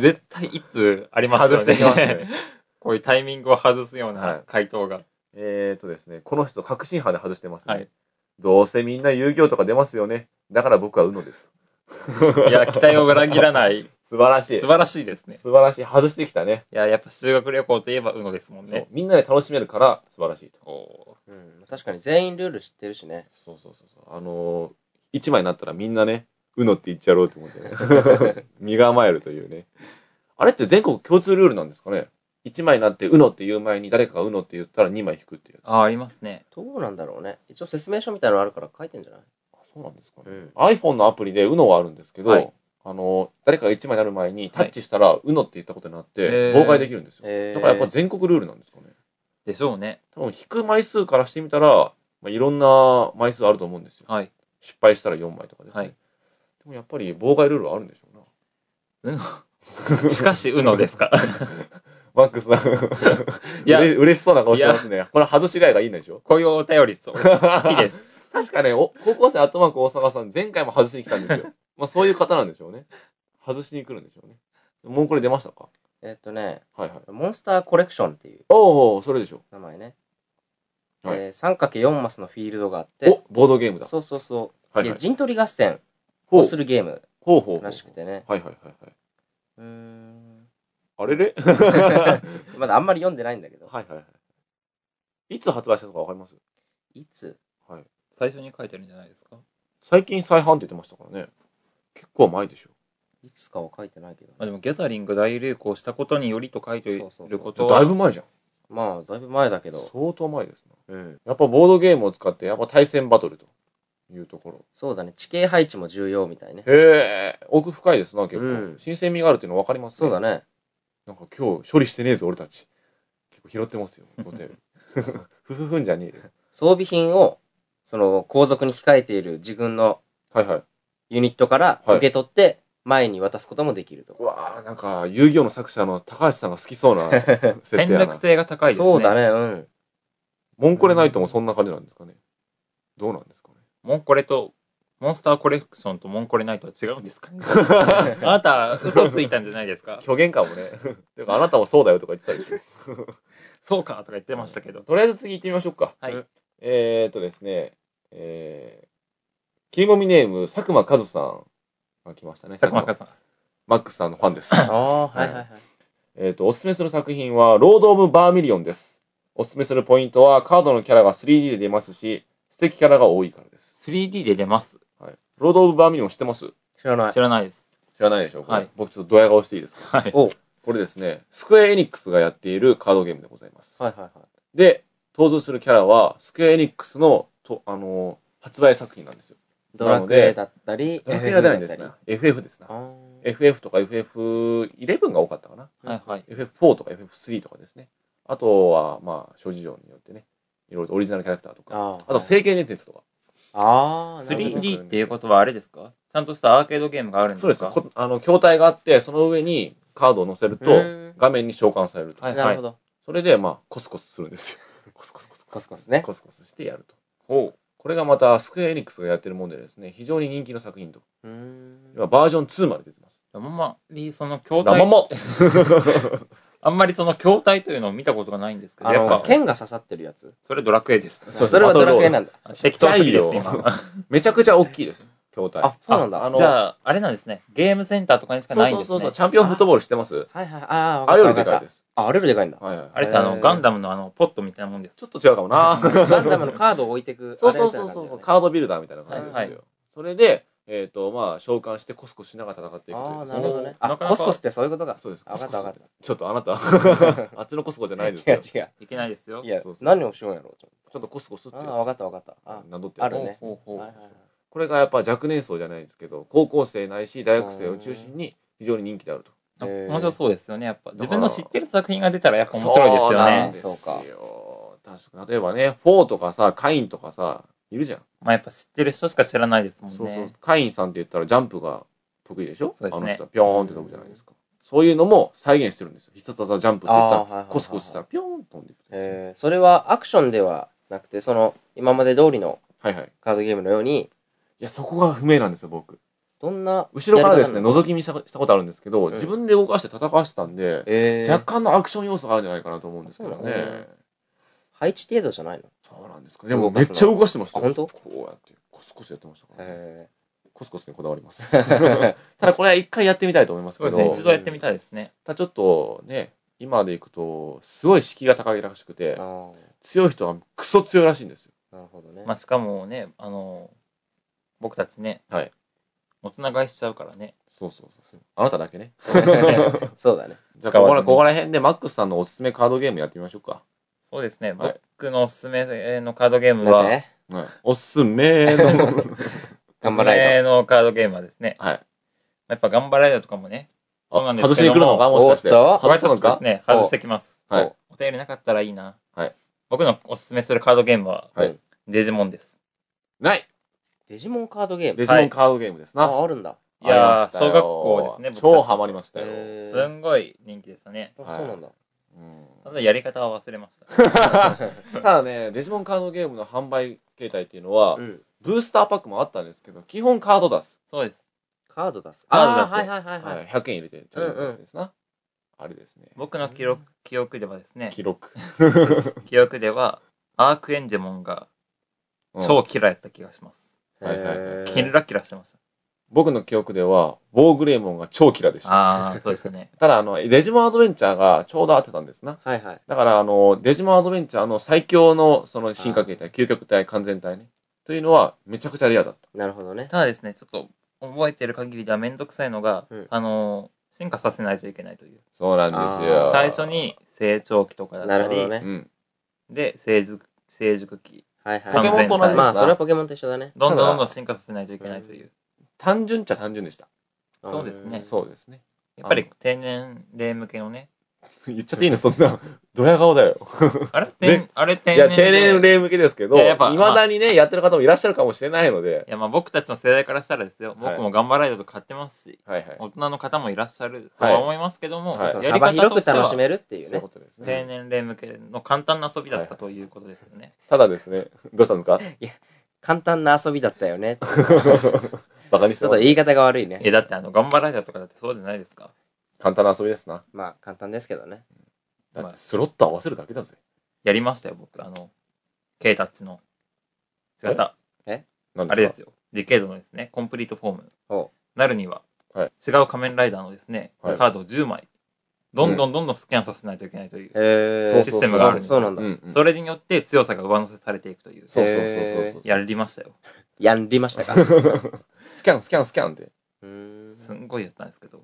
[SPEAKER 3] 絶対いつあります
[SPEAKER 1] 外
[SPEAKER 3] よ
[SPEAKER 1] して
[SPEAKER 3] ね。
[SPEAKER 1] きますね。
[SPEAKER 3] こういうタイミングを外すよ
[SPEAKER 1] は
[SPEAKER 3] う
[SPEAKER 1] い
[SPEAKER 3] な回答が。
[SPEAKER 1] えーとですね、この人、革新派で外してますね。
[SPEAKER 3] はい
[SPEAKER 1] どうせみんな遊戯王とか出ますよね。だから僕はうのです。
[SPEAKER 3] い、や、期待を裏切 らない。
[SPEAKER 1] 素晴らしい。
[SPEAKER 3] 素晴らしいですね。
[SPEAKER 1] 素晴らしい。外してきたね。
[SPEAKER 3] いや、やっぱ修学旅行といえば UNO ですもん
[SPEAKER 1] そう
[SPEAKER 3] ね。
[SPEAKER 1] みんなで楽しめるから素晴らしいと。
[SPEAKER 3] お
[SPEAKER 2] うん。確かに全員ルール知ってるしね。
[SPEAKER 1] そうそうそうそう。あのー、一枚になったらみんなね、うのって言っちゃろうと思ってね。 身構えるというね。あれって全国共通ルールなんですかね一枚になってうのって言う前に誰かがうのって言ったら二枚引くっていう。
[SPEAKER 3] あ、ありますね。
[SPEAKER 2] どうなんだろうね。一応説明書みたいなのあるから書いてんじゃない
[SPEAKER 1] あそうなんですかね。
[SPEAKER 2] うん。
[SPEAKER 1] iPhone のアプリで UNO はあるんですけど、
[SPEAKER 3] はい
[SPEAKER 1] あの、誰かが1枚になる前にタッチしたら UNO って言ったことになって、
[SPEAKER 3] へー
[SPEAKER 1] 妨害できるんですよ。
[SPEAKER 2] へー
[SPEAKER 1] だからやっぱ全国ルールなんですかね。
[SPEAKER 3] でしょうね。
[SPEAKER 1] 多分引く枚数からしてみたら、まあ、いろんな枚数あると思うんですよ。
[SPEAKER 3] はい。
[SPEAKER 1] 失敗したら4枚とかですね。
[SPEAKER 3] は
[SPEAKER 1] で
[SPEAKER 3] い
[SPEAKER 1] もやっぱり妨害ルールはあるんでしょうな。
[SPEAKER 3] しかし UNO ですか。
[SPEAKER 1] マックスさん、
[SPEAKER 3] いや
[SPEAKER 1] うれ嬉しそうな顔してますね。これ外しがいがいいんでしょ。
[SPEAKER 3] こういうお便り、そう。好きです す。
[SPEAKER 1] 確かね、お高校生アットマーク大阪さん、前回も外しに来たんですよ。まあそういう方なんでしょうね。外しに来るんでしょうね。もうこれ出ましたか
[SPEAKER 2] えっとね、
[SPEAKER 1] はいはい。
[SPEAKER 2] モンスターコレクションっていう
[SPEAKER 1] おおそれでしょ
[SPEAKER 2] 名前ね。
[SPEAKER 1] はい
[SPEAKER 2] えー、3×4 マスのフィールドがあっ
[SPEAKER 1] う。
[SPEAKER 2] て、
[SPEAKER 1] おボードゲームだ。
[SPEAKER 2] そうそうそう。
[SPEAKER 1] はいはい
[SPEAKER 2] で、陣取り合戦
[SPEAKER 1] ほう
[SPEAKER 2] をするゲーム
[SPEAKER 1] ほうほうほう
[SPEAKER 2] らしくてね。
[SPEAKER 1] はいはいはいはい。
[SPEAKER 2] うーん。
[SPEAKER 1] あれれ
[SPEAKER 2] まだあんまり読んでないんだけど。
[SPEAKER 1] はいはいはい。いつ発売したとかわかります
[SPEAKER 2] いつ
[SPEAKER 1] はい。
[SPEAKER 3] 最初に書いてるんじゃないですか。
[SPEAKER 1] 最近再販って言ってましたからね。結構前でしょ。
[SPEAKER 2] いつかは書いてないけど
[SPEAKER 3] まあ
[SPEAKER 2] ね。
[SPEAKER 3] でも、ギャザリング大流行したことによりと書いてい
[SPEAKER 2] そうそうそ
[SPEAKER 3] る
[SPEAKER 2] う
[SPEAKER 3] ことは、
[SPEAKER 1] だいぶ前じゃん。
[SPEAKER 2] まあ、だいぶ前だけど。
[SPEAKER 1] 相当前ですね。
[SPEAKER 2] うん。
[SPEAKER 1] やっぱボードゲームを使って、やっぱ対戦バトルというところ。
[SPEAKER 2] そうだね。地形配置も重要みたいね。
[SPEAKER 1] へえ、奥深いですな、結構。
[SPEAKER 2] うん
[SPEAKER 1] 新鮮味があるっていうの分かります
[SPEAKER 2] そうだね。
[SPEAKER 1] なんか今日処理してねえぞ、俺たち。結構拾ってますよ、お 便り。ふふふんじゃねえよ。
[SPEAKER 2] 装備品を、その、後続に控えている自軍の
[SPEAKER 1] はいはい。
[SPEAKER 2] ユニットから
[SPEAKER 1] はい
[SPEAKER 2] 受け取って、前に渡すこともできると。
[SPEAKER 1] うわあなんか、遊戯王の作者の高橋さんが好きそうな設定
[SPEAKER 3] 戦
[SPEAKER 1] や
[SPEAKER 3] 略
[SPEAKER 1] な。
[SPEAKER 3] 性が高いですね。
[SPEAKER 2] そうだね、うん。
[SPEAKER 1] モンコレナイトもそんな感じなんですかね。どうなんですかね。
[SPEAKER 3] モンコレと、モンスターコレクションとモンコレナイトは違うんですかあなた、嘘ついたんじゃないですか
[SPEAKER 1] 虚言感もね。 てか、あなたもそうだよとか言ってたりして。
[SPEAKER 3] そうかとか言ってましたけど。
[SPEAKER 1] とりあえず次行ってみましょうか。
[SPEAKER 3] はい。
[SPEAKER 1] えーっとですね、えー、切り込みネーム、佐久間和さんが来ましたね。
[SPEAKER 3] 佐久間さん。
[SPEAKER 1] マックスさんのファンです。
[SPEAKER 2] ああ、はいはいはい。
[SPEAKER 1] えっと、おすすめする作品は、ロード・オブ・バーミリオンです。おすすめするポイントは、カードのキャラが 3D で出ますし、素敵キャラが多いからです。
[SPEAKER 3] 3D で出ます。
[SPEAKER 1] はい。ロード・オブ・バーミリオン知ってます
[SPEAKER 2] 知らない
[SPEAKER 3] 知。らないです。
[SPEAKER 1] 知らないでしょこれ
[SPEAKER 3] はい
[SPEAKER 1] 僕ちょっとドヤ顔していいですか
[SPEAKER 3] はい。
[SPEAKER 2] おはい
[SPEAKER 1] これですね、スクエア・エニックスがやっているカードゲームでございます。
[SPEAKER 2] はいはい。
[SPEAKER 1] で、登場するキャラは、スクエア・エニックスの、と、あのー発売作品なんですよ。
[SPEAKER 2] ドラクエだったり、
[SPEAKER 1] ドラクエじゃないんです
[SPEAKER 2] FF
[SPEAKER 1] ね
[SPEAKER 2] だったり。
[SPEAKER 1] FF ですな。
[SPEAKER 2] あー
[SPEAKER 1] FF とか FF11 が多かったかな。
[SPEAKER 3] はいはい。
[SPEAKER 1] FF4 とか FF3 とかですね。あとは、まあ、諸事情によってね、いろいろとオリジナルキャラクターとか、
[SPEAKER 2] あー
[SPEAKER 1] あと、聖剣伝説とか。
[SPEAKER 2] あー、なるほど
[SPEAKER 3] 3D っていうことはあれですかちゃんとしたアーケードゲームがあるんです
[SPEAKER 1] そう
[SPEAKER 3] か
[SPEAKER 1] ですよ。こあの、筐体があって、その上にカードを載せる
[SPEAKER 2] う
[SPEAKER 1] と
[SPEAKER 2] ん、
[SPEAKER 1] 画面に召喚されると。
[SPEAKER 3] はい
[SPEAKER 2] な
[SPEAKER 3] は
[SPEAKER 2] る
[SPEAKER 3] い
[SPEAKER 2] ほ。ど。
[SPEAKER 1] それで、まあ、コスコスするんですよ。コスコスコス
[SPEAKER 2] コスコスね
[SPEAKER 1] コスコスしてやると。
[SPEAKER 3] ほ
[SPEAKER 1] これがまた、スクエアエニックスがやってるもんでですね、非常に人気の作品と。
[SPEAKER 2] うーん。
[SPEAKER 1] 今、バージョン2まで出てます。
[SPEAKER 3] う。あんまりその筐
[SPEAKER 1] ラマ
[SPEAKER 3] 体、
[SPEAKER 1] モ
[SPEAKER 3] あんまりその筐体というのを見たことがないんですけど、
[SPEAKER 2] あ
[SPEAKER 3] やっ
[SPEAKER 2] の、
[SPEAKER 3] ぱ、
[SPEAKER 2] 剣が刺さってるやつ。
[SPEAKER 3] それドラクエです。
[SPEAKER 1] そう
[SPEAKER 2] それはドラクエなんだ。
[SPEAKER 3] 適当すぎで
[SPEAKER 1] ち
[SPEAKER 3] す、
[SPEAKER 1] っちゃい よ
[SPEAKER 3] 今。
[SPEAKER 1] めちゃくちゃ大きいです、筐体。
[SPEAKER 2] あ、そうなんだ。
[SPEAKER 1] ああの
[SPEAKER 3] じゃあ、あれなんですね。ゲームセンターとかにしかないんですね。
[SPEAKER 1] そうそうそうそう、チャンピオンフットボール知ってます
[SPEAKER 2] はいはい、ああ、わ
[SPEAKER 1] あれよりで
[SPEAKER 2] わ
[SPEAKER 1] かい
[SPEAKER 2] っ
[SPEAKER 1] です。
[SPEAKER 2] たあ、あれよりでかいんだ。
[SPEAKER 1] はいはい。
[SPEAKER 3] あれってあ
[SPEAKER 2] へ
[SPEAKER 3] の、
[SPEAKER 2] ー
[SPEAKER 3] ガンダムのあの、ポットみたいなもんです。
[SPEAKER 1] ちょっと違うかもな
[SPEAKER 2] ガンダムのカードを置いてく。
[SPEAKER 1] そうそうそうそう、
[SPEAKER 2] あれみたいな感
[SPEAKER 1] カードビルダーみたいな感じですよ。
[SPEAKER 3] はいは
[SPEAKER 1] それで、えっ、と、まあ、召喚してコスコスしながら戦って
[SPEAKER 2] じ
[SPEAKER 1] い
[SPEAKER 2] だ
[SPEAKER 1] くとい
[SPEAKER 2] ね
[SPEAKER 1] う
[SPEAKER 2] ああ、
[SPEAKER 1] です
[SPEAKER 2] な
[SPEAKER 1] ね
[SPEAKER 2] るほどね。
[SPEAKER 3] な
[SPEAKER 2] あ、
[SPEAKER 3] かなか
[SPEAKER 2] コスコスってそういう ことか。
[SPEAKER 1] そうです。
[SPEAKER 2] あわかったわかった
[SPEAKER 1] ちょっとあなた、 あっちのコスコじゃないです
[SPEAKER 2] 違
[SPEAKER 1] よ。
[SPEAKER 2] う
[SPEAKER 1] ち
[SPEAKER 2] 違う。
[SPEAKER 3] いけないですよ
[SPEAKER 2] い。や
[SPEAKER 1] そうそう、そう
[SPEAKER 2] 何をしようやろう
[SPEAKER 1] ょ
[SPEAKER 2] と
[SPEAKER 1] っとコスコスって
[SPEAKER 2] 思って。ああ、わかったわかった。あ
[SPEAKER 1] などって
[SPEAKER 2] あるね
[SPEAKER 3] ほうほう
[SPEAKER 2] はい
[SPEAKER 3] ほ
[SPEAKER 2] はい
[SPEAKER 3] う
[SPEAKER 2] はい
[SPEAKER 1] これがやっぱ若年層じゃないですけど高校生ないし大学生を中心に非常に人気であると
[SPEAKER 3] あ
[SPEAKER 2] へー
[SPEAKER 3] 面白そうですよね。やっ
[SPEAKER 1] だか
[SPEAKER 3] ぱ
[SPEAKER 1] ら
[SPEAKER 3] 自分の知ってる作品が出たらやっぱ面白いです
[SPEAKER 1] そう
[SPEAKER 3] よ
[SPEAKER 1] なん
[SPEAKER 3] ね。
[SPEAKER 1] ですよ確か例えばねフォーとかさカインとかさいるじゃん、
[SPEAKER 3] まあやっぱ知ってる人しか知らないですもんね。
[SPEAKER 1] そうそうカインさんって言ったらジャンプが得意でしょ
[SPEAKER 3] そうです
[SPEAKER 1] あ
[SPEAKER 3] ね
[SPEAKER 1] の人はピョーンって飛ぶじゃないですかそういうのも再現してるんですよ必殺技ジャンプって言った
[SPEAKER 2] あーはいは
[SPEAKER 1] ら
[SPEAKER 2] いはいはい
[SPEAKER 1] コスコスしたらピョーンと飛んでいく
[SPEAKER 2] えーそれはアクションではなくて、その、今まで通りの
[SPEAKER 1] はいはい
[SPEAKER 2] カードゲームのように、
[SPEAKER 1] いやそこが不明なんですよ僕
[SPEAKER 2] どんな、
[SPEAKER 1] 後ろからですね
[SPEAKER 2] やり方な
[SPEAKER 1] 覗き見したしたことあるんですけど、
[SPEAKER 2] ん
[SPEAKER 1] 自分で動かして戦わしてたんで、
[SPEAKER 2] えー、
[SPEAKER 1] 若干のアクション要素があるんじゃないかなと思うんですけど
[SPEAKER 2] そうなんだ
[SPEAKER 1] ね
[SPEAKER 2] 配置程度じゃないの
[SPEAKER 1] そうなんですかでもめっちゃ動かしてましたよ
[SPEAKER 2] あ本当
[SPEAKER 1] こうやってコスコスやってましたから、ね
[SPEAKER 2] え
[SPEAKER 1] コスコスにこだわります。 ただこれは一回やってみたいと思います
[SPEAKER 3] そう
[SPEAKER 1] けど、
[SPEAKER 3] ですね。一度やってみたいですね。
[SPEAKER 1] ただちょっとね、今でいくと、すごい敷居が高いらしくて
[SPEAKER 2] ー、、ああ、
[SPEAKER 1] 強い人はクソ強いらしいんですよ。
[SPEAKER 2] なるほどね。
[SPEAKER 3] まあしかもね、あの、僕たちね、
[SPEAKER 1] はい
[SPEAKER 3] 大人買いしちゃうからね。
[SPEAKER 1] そうそうそう。あなただけね。
[SPEAKER 2] そうだね。
[SPEAKER 1] じゃあ
[SPEAKER 3] 使
[SPEAKER 1] ここ
[SPEAKER 3] わず
[SPEAKER 1] ら、
[SPEAKER 3] に
[SPEAKER 1] ここら辺でマックスさんのおすすめカードゲームやってみましょうか。
[SPEAKER 3] そうですね。
[SPEAKER 1] はい
[SPEAKER 3] 僕のおすすめのカードゲーム
[SPEAKER 2] なん
[SPEAKER 3] は、
[SPEAKER 2] かね、
[SPEAKER 1] はい、おすすめ の。
[SPEAKER 2] 頑張ら
[SPEAKER 3] おすすめ
[SPEAKER 2] ない
[SPEAKER 3] のカードゲームはですね、
[SPEAKER 1] はい。
[SPEAKER 3] やっぱ頑張らないとかもね、
[SPEAKER 1] あ
[SPEAKER 3] そうなんです
[SPEAKER 1] 外し
[SPEAKER 3] け
[SPEAKER 1] に
[SPEAKER 3] ど
[SPEAKER 1] 来るのか
[SPEAKER 3] も、
[SPEAKER 1] もしかして。
[SPEAKER 2] おっと
[SPEAKER 1] 外す
[SPEAKER 3] ちょ
[SPEAKER 1] の
[SPEAKER 3] っとで
[SPEAKER 1] か
[SPEAKER 3] すね、外してきます。
[SPEAKER 1] はい
[SPEAKER 3] おお便りなかったらいいな。
[SPEAKER 1] はい
[SPEAKER 3] 僕のおすすめするカードゲームは、
[SPEAKER 1] はい
[SPEAKER 3] デジモンです。
[SPEAKER 1] ない
[SPEAKER 2] デジモンカードゲーム。
[SPEAKER 1] デジモンカードゲームですな。
[SPEAKER 2] あ、あるんだ。
[SPEAKER 3] いやー
[SPEAKER 1] ありましたよ
[SPEAKER 3] 小学校ですね僕たち
[SPEAKER 1] 超ハマりましたよ。
[SPEAKER 2] え
[SPEAKER 3] す
[SPEAKER 2] ー、
[SPEAKER 3] んごい人気でしたね。
[SPEAKER 2] あそうなんだ。
[SPEAKER 1] うん
[SPEAKER 3] ただやり方は忘れま した。
[SPEAKER 1] ただね、デジモンカードゲームの販売形態っていうのは、
[SPEAKER 2] うん。
[SPEAKER 1] ブースターパックもあったんですけど、基本カード出す。
[SPEAKER 3] そうです。
[SPEAKER 2] カード出す。
[SPEAKER 3] カード出す
[SPEAKER 2] あはいはいはいはい。
[SPEAKER 1] はい、100円入れて、ちゃんとやつですな。あれですね。
[SPEAKER 3] 僕の記録記憶ではですね、
[SPEAKER 1] 記 録。
[SPEAKER 3] 記憶では、アークエンジェモンが超キラやった気がします。
[SPEAKER 1] はいはいはい
[SPEAKER 2] えー
[SPEAKER 3] キラキラしてました。
[SPEAKER 1] 僕の記憶では、ウォーグレイモンが超キラでした。
[SPEAKER 3] ああ、そうですよ ね。
[SPEAKER 1] ただ、あの、デジモンアドベンチャーがちょうど合ってたんですな。
[SPEAKER 2] はいはい。
[SPEAKER 1] だから、あの、デジモンアドベンチャーの最強の、その進化形態、究極体、完全体ね。というのは、めちゃくちゃレアだった。
[SPEAKER 2] なるほどね。
[SPEAKER 3] ただですね、ちょっと覚えてる限りではめんどくさいのが、
[SPEAKER 2] うん
[SPEAKER 3] あのー、進化させないといけないという。
[SPEAKER 1] そうなんですよ。
[SPEAKER 3] 最初、に成長期とかだっ
[SPEAKER 2] な
[SPEAKER 3] た
[SPEAKER 2] るほど
[SPEAKER 3] り、
[SPEAKER 1] う
[SPEAKER 2] ね。
[SPEAKER 1] ん。
[SPEAKER 3] で、成熟、成熟期。
[SPEAKER 2] はいはい。
[SPEAKER 1] ポケモンと同じですな
[SPEAKER 2] まあ、それはポケモンと一緒だね。
[SPEAKER 3] どん
[SPEAKER 1] ただ
[SPEAKER 3] どんどんどん進化させないといけないという。
[SPEAKER 1] 単純っちゃ単純でした。
[SPEAKER 3] そうですね
[SPEAKER 2] ん
[SPEAKER 1] そうですね。
[SPEAKER 3] やっぱり低年齢向けのね。
[SPEAKER 1] 言っちゃっていいのそんな、 ドヤ顔だよ。
[SPEAKER 3] あれ低あれ低
[SPEAKER 1] いや、
[SPEAKER 3] 年
[SPEAKER 1] 定年齢向けですけど、
[SPEAKER 3] い
[SPEAKER 1] い
[SPEAKER 3] ややっぱ
[SPEAKER 1] まだにね、やってる方もいらっしゃるかもしれないので、
[SPEAKER 3] いや、まあ僕たちの世代からしたらですよ、
[SPEAKER 1] はい
[SPEAKER 3] 僕も頑張らないと買ってますし、
[SPEAKER 1] はいはい。
[SPEAKER 3] 大人の方もいらっしゃるとは思いますけども、
[SPEAKER 1] はいはい
[SPEAKER 3] やり
[SPEAKER 2] 幅
[SPEAKER 3] 方
[SPEAKER 2] 広
[SPEAKER 3] とし
[SPEAKER 2] く
[SPEAKER 3] ては
[SPEAKER 2] 楽しめるってい
[SPEAKER 1] そうういうこ。
[SPEAKER 2] ね
[SPEAKER 1] とです
[SPEAKER 3] 低
[SPEAKER 1] ね。
[SPEAKER 3] 年齢向けの簡単な遊びだったということですよね。
[SPEAKER 1] ただですね、どうしたんですか
[SPEAKER 2] 簡単な遊びだったよね。ち
[SPEAKER 1] バカにし
[SPEAKER 2] ょ
[SPEAKER 1] て
[SPEAKER 2] っ
[SPEAKER 1] ま
[SPEAKER 2] と
[SPEAKER 1] す
[SPEAKER 2] 言い方が悪い
[SPEAKER 3] え、
[SPEAKER 2] ね。
[SPEAKER 3] だってあの、頑張られたとかだってそうじゃないですか。
[SPEAKER 1] 簡単な遊びですな。
[SPEAKER 2] まあ、簡単ですけどね。
[SPEAKER 1] だ
[SPEAKER 3] ま
[SPEAKER 1] っ
[SPEAKER 3] あ
[SPEAKER 1] て、スロット合わせるだけだぜ。
[SPEAKER 3] やりましたよ、僕。あの、ケイタッチの。
[SPEAKER 1] え
[SPEAKER 3] 違った。
[SPEAKER 1] なん
[SPEAKER 3] あれです
[SPEAKER 1] よ。
[SPEAKER 3] よ。ディケードのですね、コンプリートフォーム。
[SPEAKER 2] お
[SPEAKER 3] なるには、
[SPEAKER 1] はい
[SPEAKER 3] 違う仮面ライダーのですね、
[SPEAKER 1] はい
[SPEAKER 3] カードを10枚、どんどんどんどんスキャンさせないといけないという。
[SPEAKER 2] え
[SPEAKER 1] そう
[SPEAKER 2] ー、
[SPEAKER 1] そう
[SPEAKER 3] システムがあるんですよ
[SPEAKER 2] そうなんだ
[SPEAKER 1] う。んうん。
[SPEAKER 3] それによって強さが上乗せされていくという。
[SPEAKER 1] そうそうそう
[SPEAKER 2] へー
[SPEAKER 1] そうそう。
[SPEAKER 3] やりましたよ。
[SPEAKER 2] やり ましたか。う
[SPEAKER 1] スキャン、スキャン、スキャンって。
[SPEAKER 2] ーん
[SPEAKER 3] すんごいやったんですけど、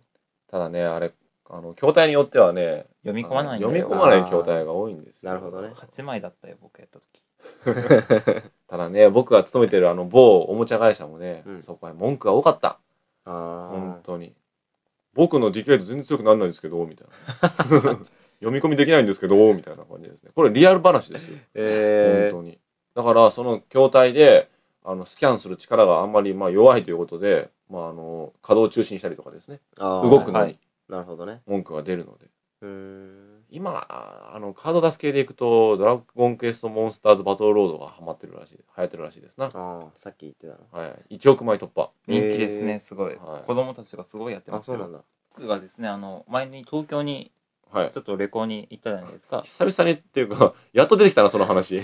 [SPEAKER 1] ただね、あれ、あの、筐体によってはね、
[SPEAKER 3] 読み込まないんだよ。
[SPEAKER 1] 読み込まない筐体が多いんですよ
[SPEAKER 2] なるほどね。
[SPEAKER 3] 8枚だったよ、僕やった時。
[SPEAKER 1] ただね、僕が勤めてるあの、某おもちゃ会社もね
[SPEAKER 2] うん、
[SPEAKER 1] そこは文句が多かった。
[SPEAKER 2] あ
[SPEAKER 1] 本当に。僕のディケイド全然強くならないんですけど、みたいな。読み込みできないんですけど、みたいな感じですね。これリアル話ですよ。
[SPEAKER 2] ーえー
[SPEAKER 1] 本当に。だから、その筐体で、あの、スキャンする力があんまり、まあ、弱いということで、まあ、あの、稼働中止にしたりとかですね。
[SPEAKER 2] あー
[SPEAKER 1] 動く
[SPEAKER 3] な
[SPEAKER 1] の
[SPEAKER 3] は
[SPEAKER 1] に
[SPEAKER 3] い
[SPEAKER 2] なるほどね。
[SPEAKER 1] 文句が出るので。
[SPEAKER 2] うーん。
[SPEAKER 1] 今、あの、カード出す系でいくと、ドラゴンクエストモンスターズバトルロードがハマってるらしい、流行ってるらしいですな。
[SPEAKER 2] ああ、さっき言ってたな。
[SPEAKER 1] はい。1億枚突破。
[SPEAKER 3] 人気です
[SPEAKER 2] へ
[SPEAKER 3] ね、
[SPEAKER 2] ー
[SPEAKER 3] すごい。
[SPEAKER 1] はい
[SPEAKER 3] 子供たちがすごいやって
[SPEAKER 2] あ、
[SPEAKER 3] ます
[SPEAKER 2] そうなん
[SPEAKER 3] よ。
[SPEAKER 2] だ。
[SPEAKER 3] 僕がですね、あの、前に東京に
[SPEAKER 1] はい
[SPEAKER 3] ちょ。っと旅行に行ったじゃないで すか。
[SPEAKER 1] 久々にっていうか、 やっと出てきたな、その 話。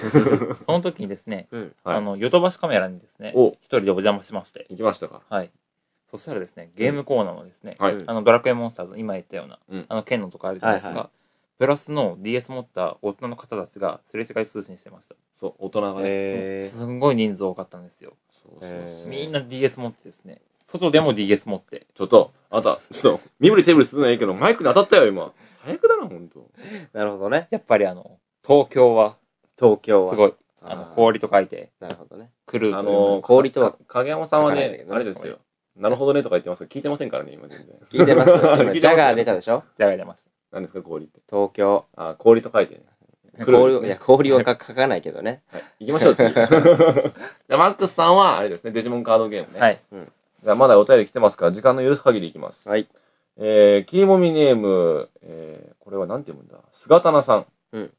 [SPEAKER 3] その時にですね、
[SPEAKER 2] うん。
[SPEAKER 1] はい
[SPEAKER 3] あの、ヨドバシカメラにですね、
[SPEAKER 1] お、
[SPEAKER 3] 一人でお邪魔しまして、
[SPEAKER 1] 行きましたか。
[SPEAKER 3] はい。そしたらですね、ゲームコーナーのですね、
[SPEAKER 1] はい。
[SPEAKER 2] うん
[SPEAKER 3] あの、ドラクエモンスターズ、今言ったような、
[SPEAKER 1] うん
[SPEAKER 3] あの、剣のとかあるじゃないです
[SPEAKER 2] はい
[SPEAKER 3] か。プラスの DS 持った大人の方たちがすれ違い通信してました。
[SPEAKER 1] そう、大人がね。
[SPEAKER 2] えー、
[SPEAKER 3] すんごい人数多かったんですよ。
[SPEAKER 1] そうそうそう
[SPEAKER 2] えー
[SPEAKER 3] みんな DS 持ってですね、外でも DS 持って、
[SPEAKER 1] ちょっと、あんた、ちょっと、身振り手振りするのはいいけど、マイクに当たったよ、今。最悪だな、ほんと。
[SPEAKER 2] なるほどね。
[SPEAKER 3] やっぱりあの、東京は、
[SPEAKER 2] 東京は。
[SPEAKER 3] すごい、あの、
[SPEAKER 2] ー
[SPEAKER 3] 氷と書いて、
[SPEAKER 2] なるほどね。
[SPEAKER 3] 来るという。
[SPEAKER 1] あのー、
[SPEAKER 2] 氷とは
[SPEAKER 1] か影山さんは
[SPEAKER 2] 書かないんだけ
[SPEAKER 1] ね
[SPEAKER 2] ど、ね
[SPEAKER 1] あれですよ。なるほどねとか言ってますけど、聞いてませんからね、今全然。
[SPEAKER 2] 聞 いてます
[SPEAKER 1] 聞 いてます
[SPEAKER 2] 今ジャガー出たでしょ
[SPEAKER 3] じゃが出ます。
[SPEAKER 1] 何ですか、氷って。
[SPEAKER 2] 東京。
[SPEAKER 1] あー、氷と書いてね。来るんで
[SPEAKER 2] 氷
[SPEAKER 1] す
[SPEAKER 2] を、
[SPEAKER 1] ね
[SPEAKER 2] いや、氷をか書かないけどね。
[SPEAKER 1] はい。行きましょう、次。 じゃあマックスさんは、あれですね、デジモンカードゲームね。
[SPEAKER 3] はい。
[SPEAKER 1] じゃあまだお便り来てますから、時間の許す限りいきます。
[SPEAKER 2] はい。
[SPEAKER 1] えー、キーモミネーム、えー、これはなんて読むんだ菅田さん。
[SPEAKER 2] うん。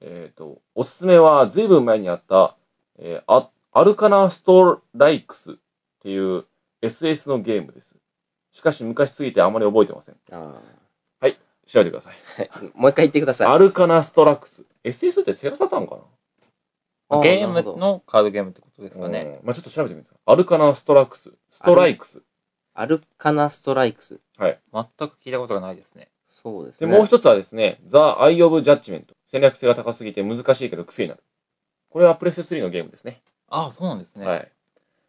[SPEAKER 1] えっ、と、おすすめは、ずいぶん前にあった、えー、あアルカナストライクスっていう SS のゲームです。しかし、昔すぎてあまり覚えてません。
[SPEAKER 2] あ
[SPEAKER 1] 調べてください。
[SPEAKER 2] ーもう一回言ってください。
[SPEAKER 1] アルカナストラクス。SS ってセガサターンかな
[SPEAKER 2] あ
[SPEAKER 3] ゲーム
[SPEAKER 2] なるほど
[SPEAKER 3] のカードゲームってことですかね。
[SPEAKER 1] うんまあちょっと調べてみてください。アルカナストラクス。ストライクス。
[SPEAKER 2] アルカナストライクス。
[SPEAKER 3] 全く聞いたことがないですね。
[SPEAKER 2] そうです
[SPEAKER 1] で、
[SPEAKER 2] ね。
[SPEAKER 1] もう一つはですね、ザ・アイ・オブ・ジャッジメント。戦略性が高すぎて難しいけど癖になる。これはプレステ3のゲームですね。
[SPEAKER 3] ああ、そうなんですね。
[SPEAKER 1] は。い。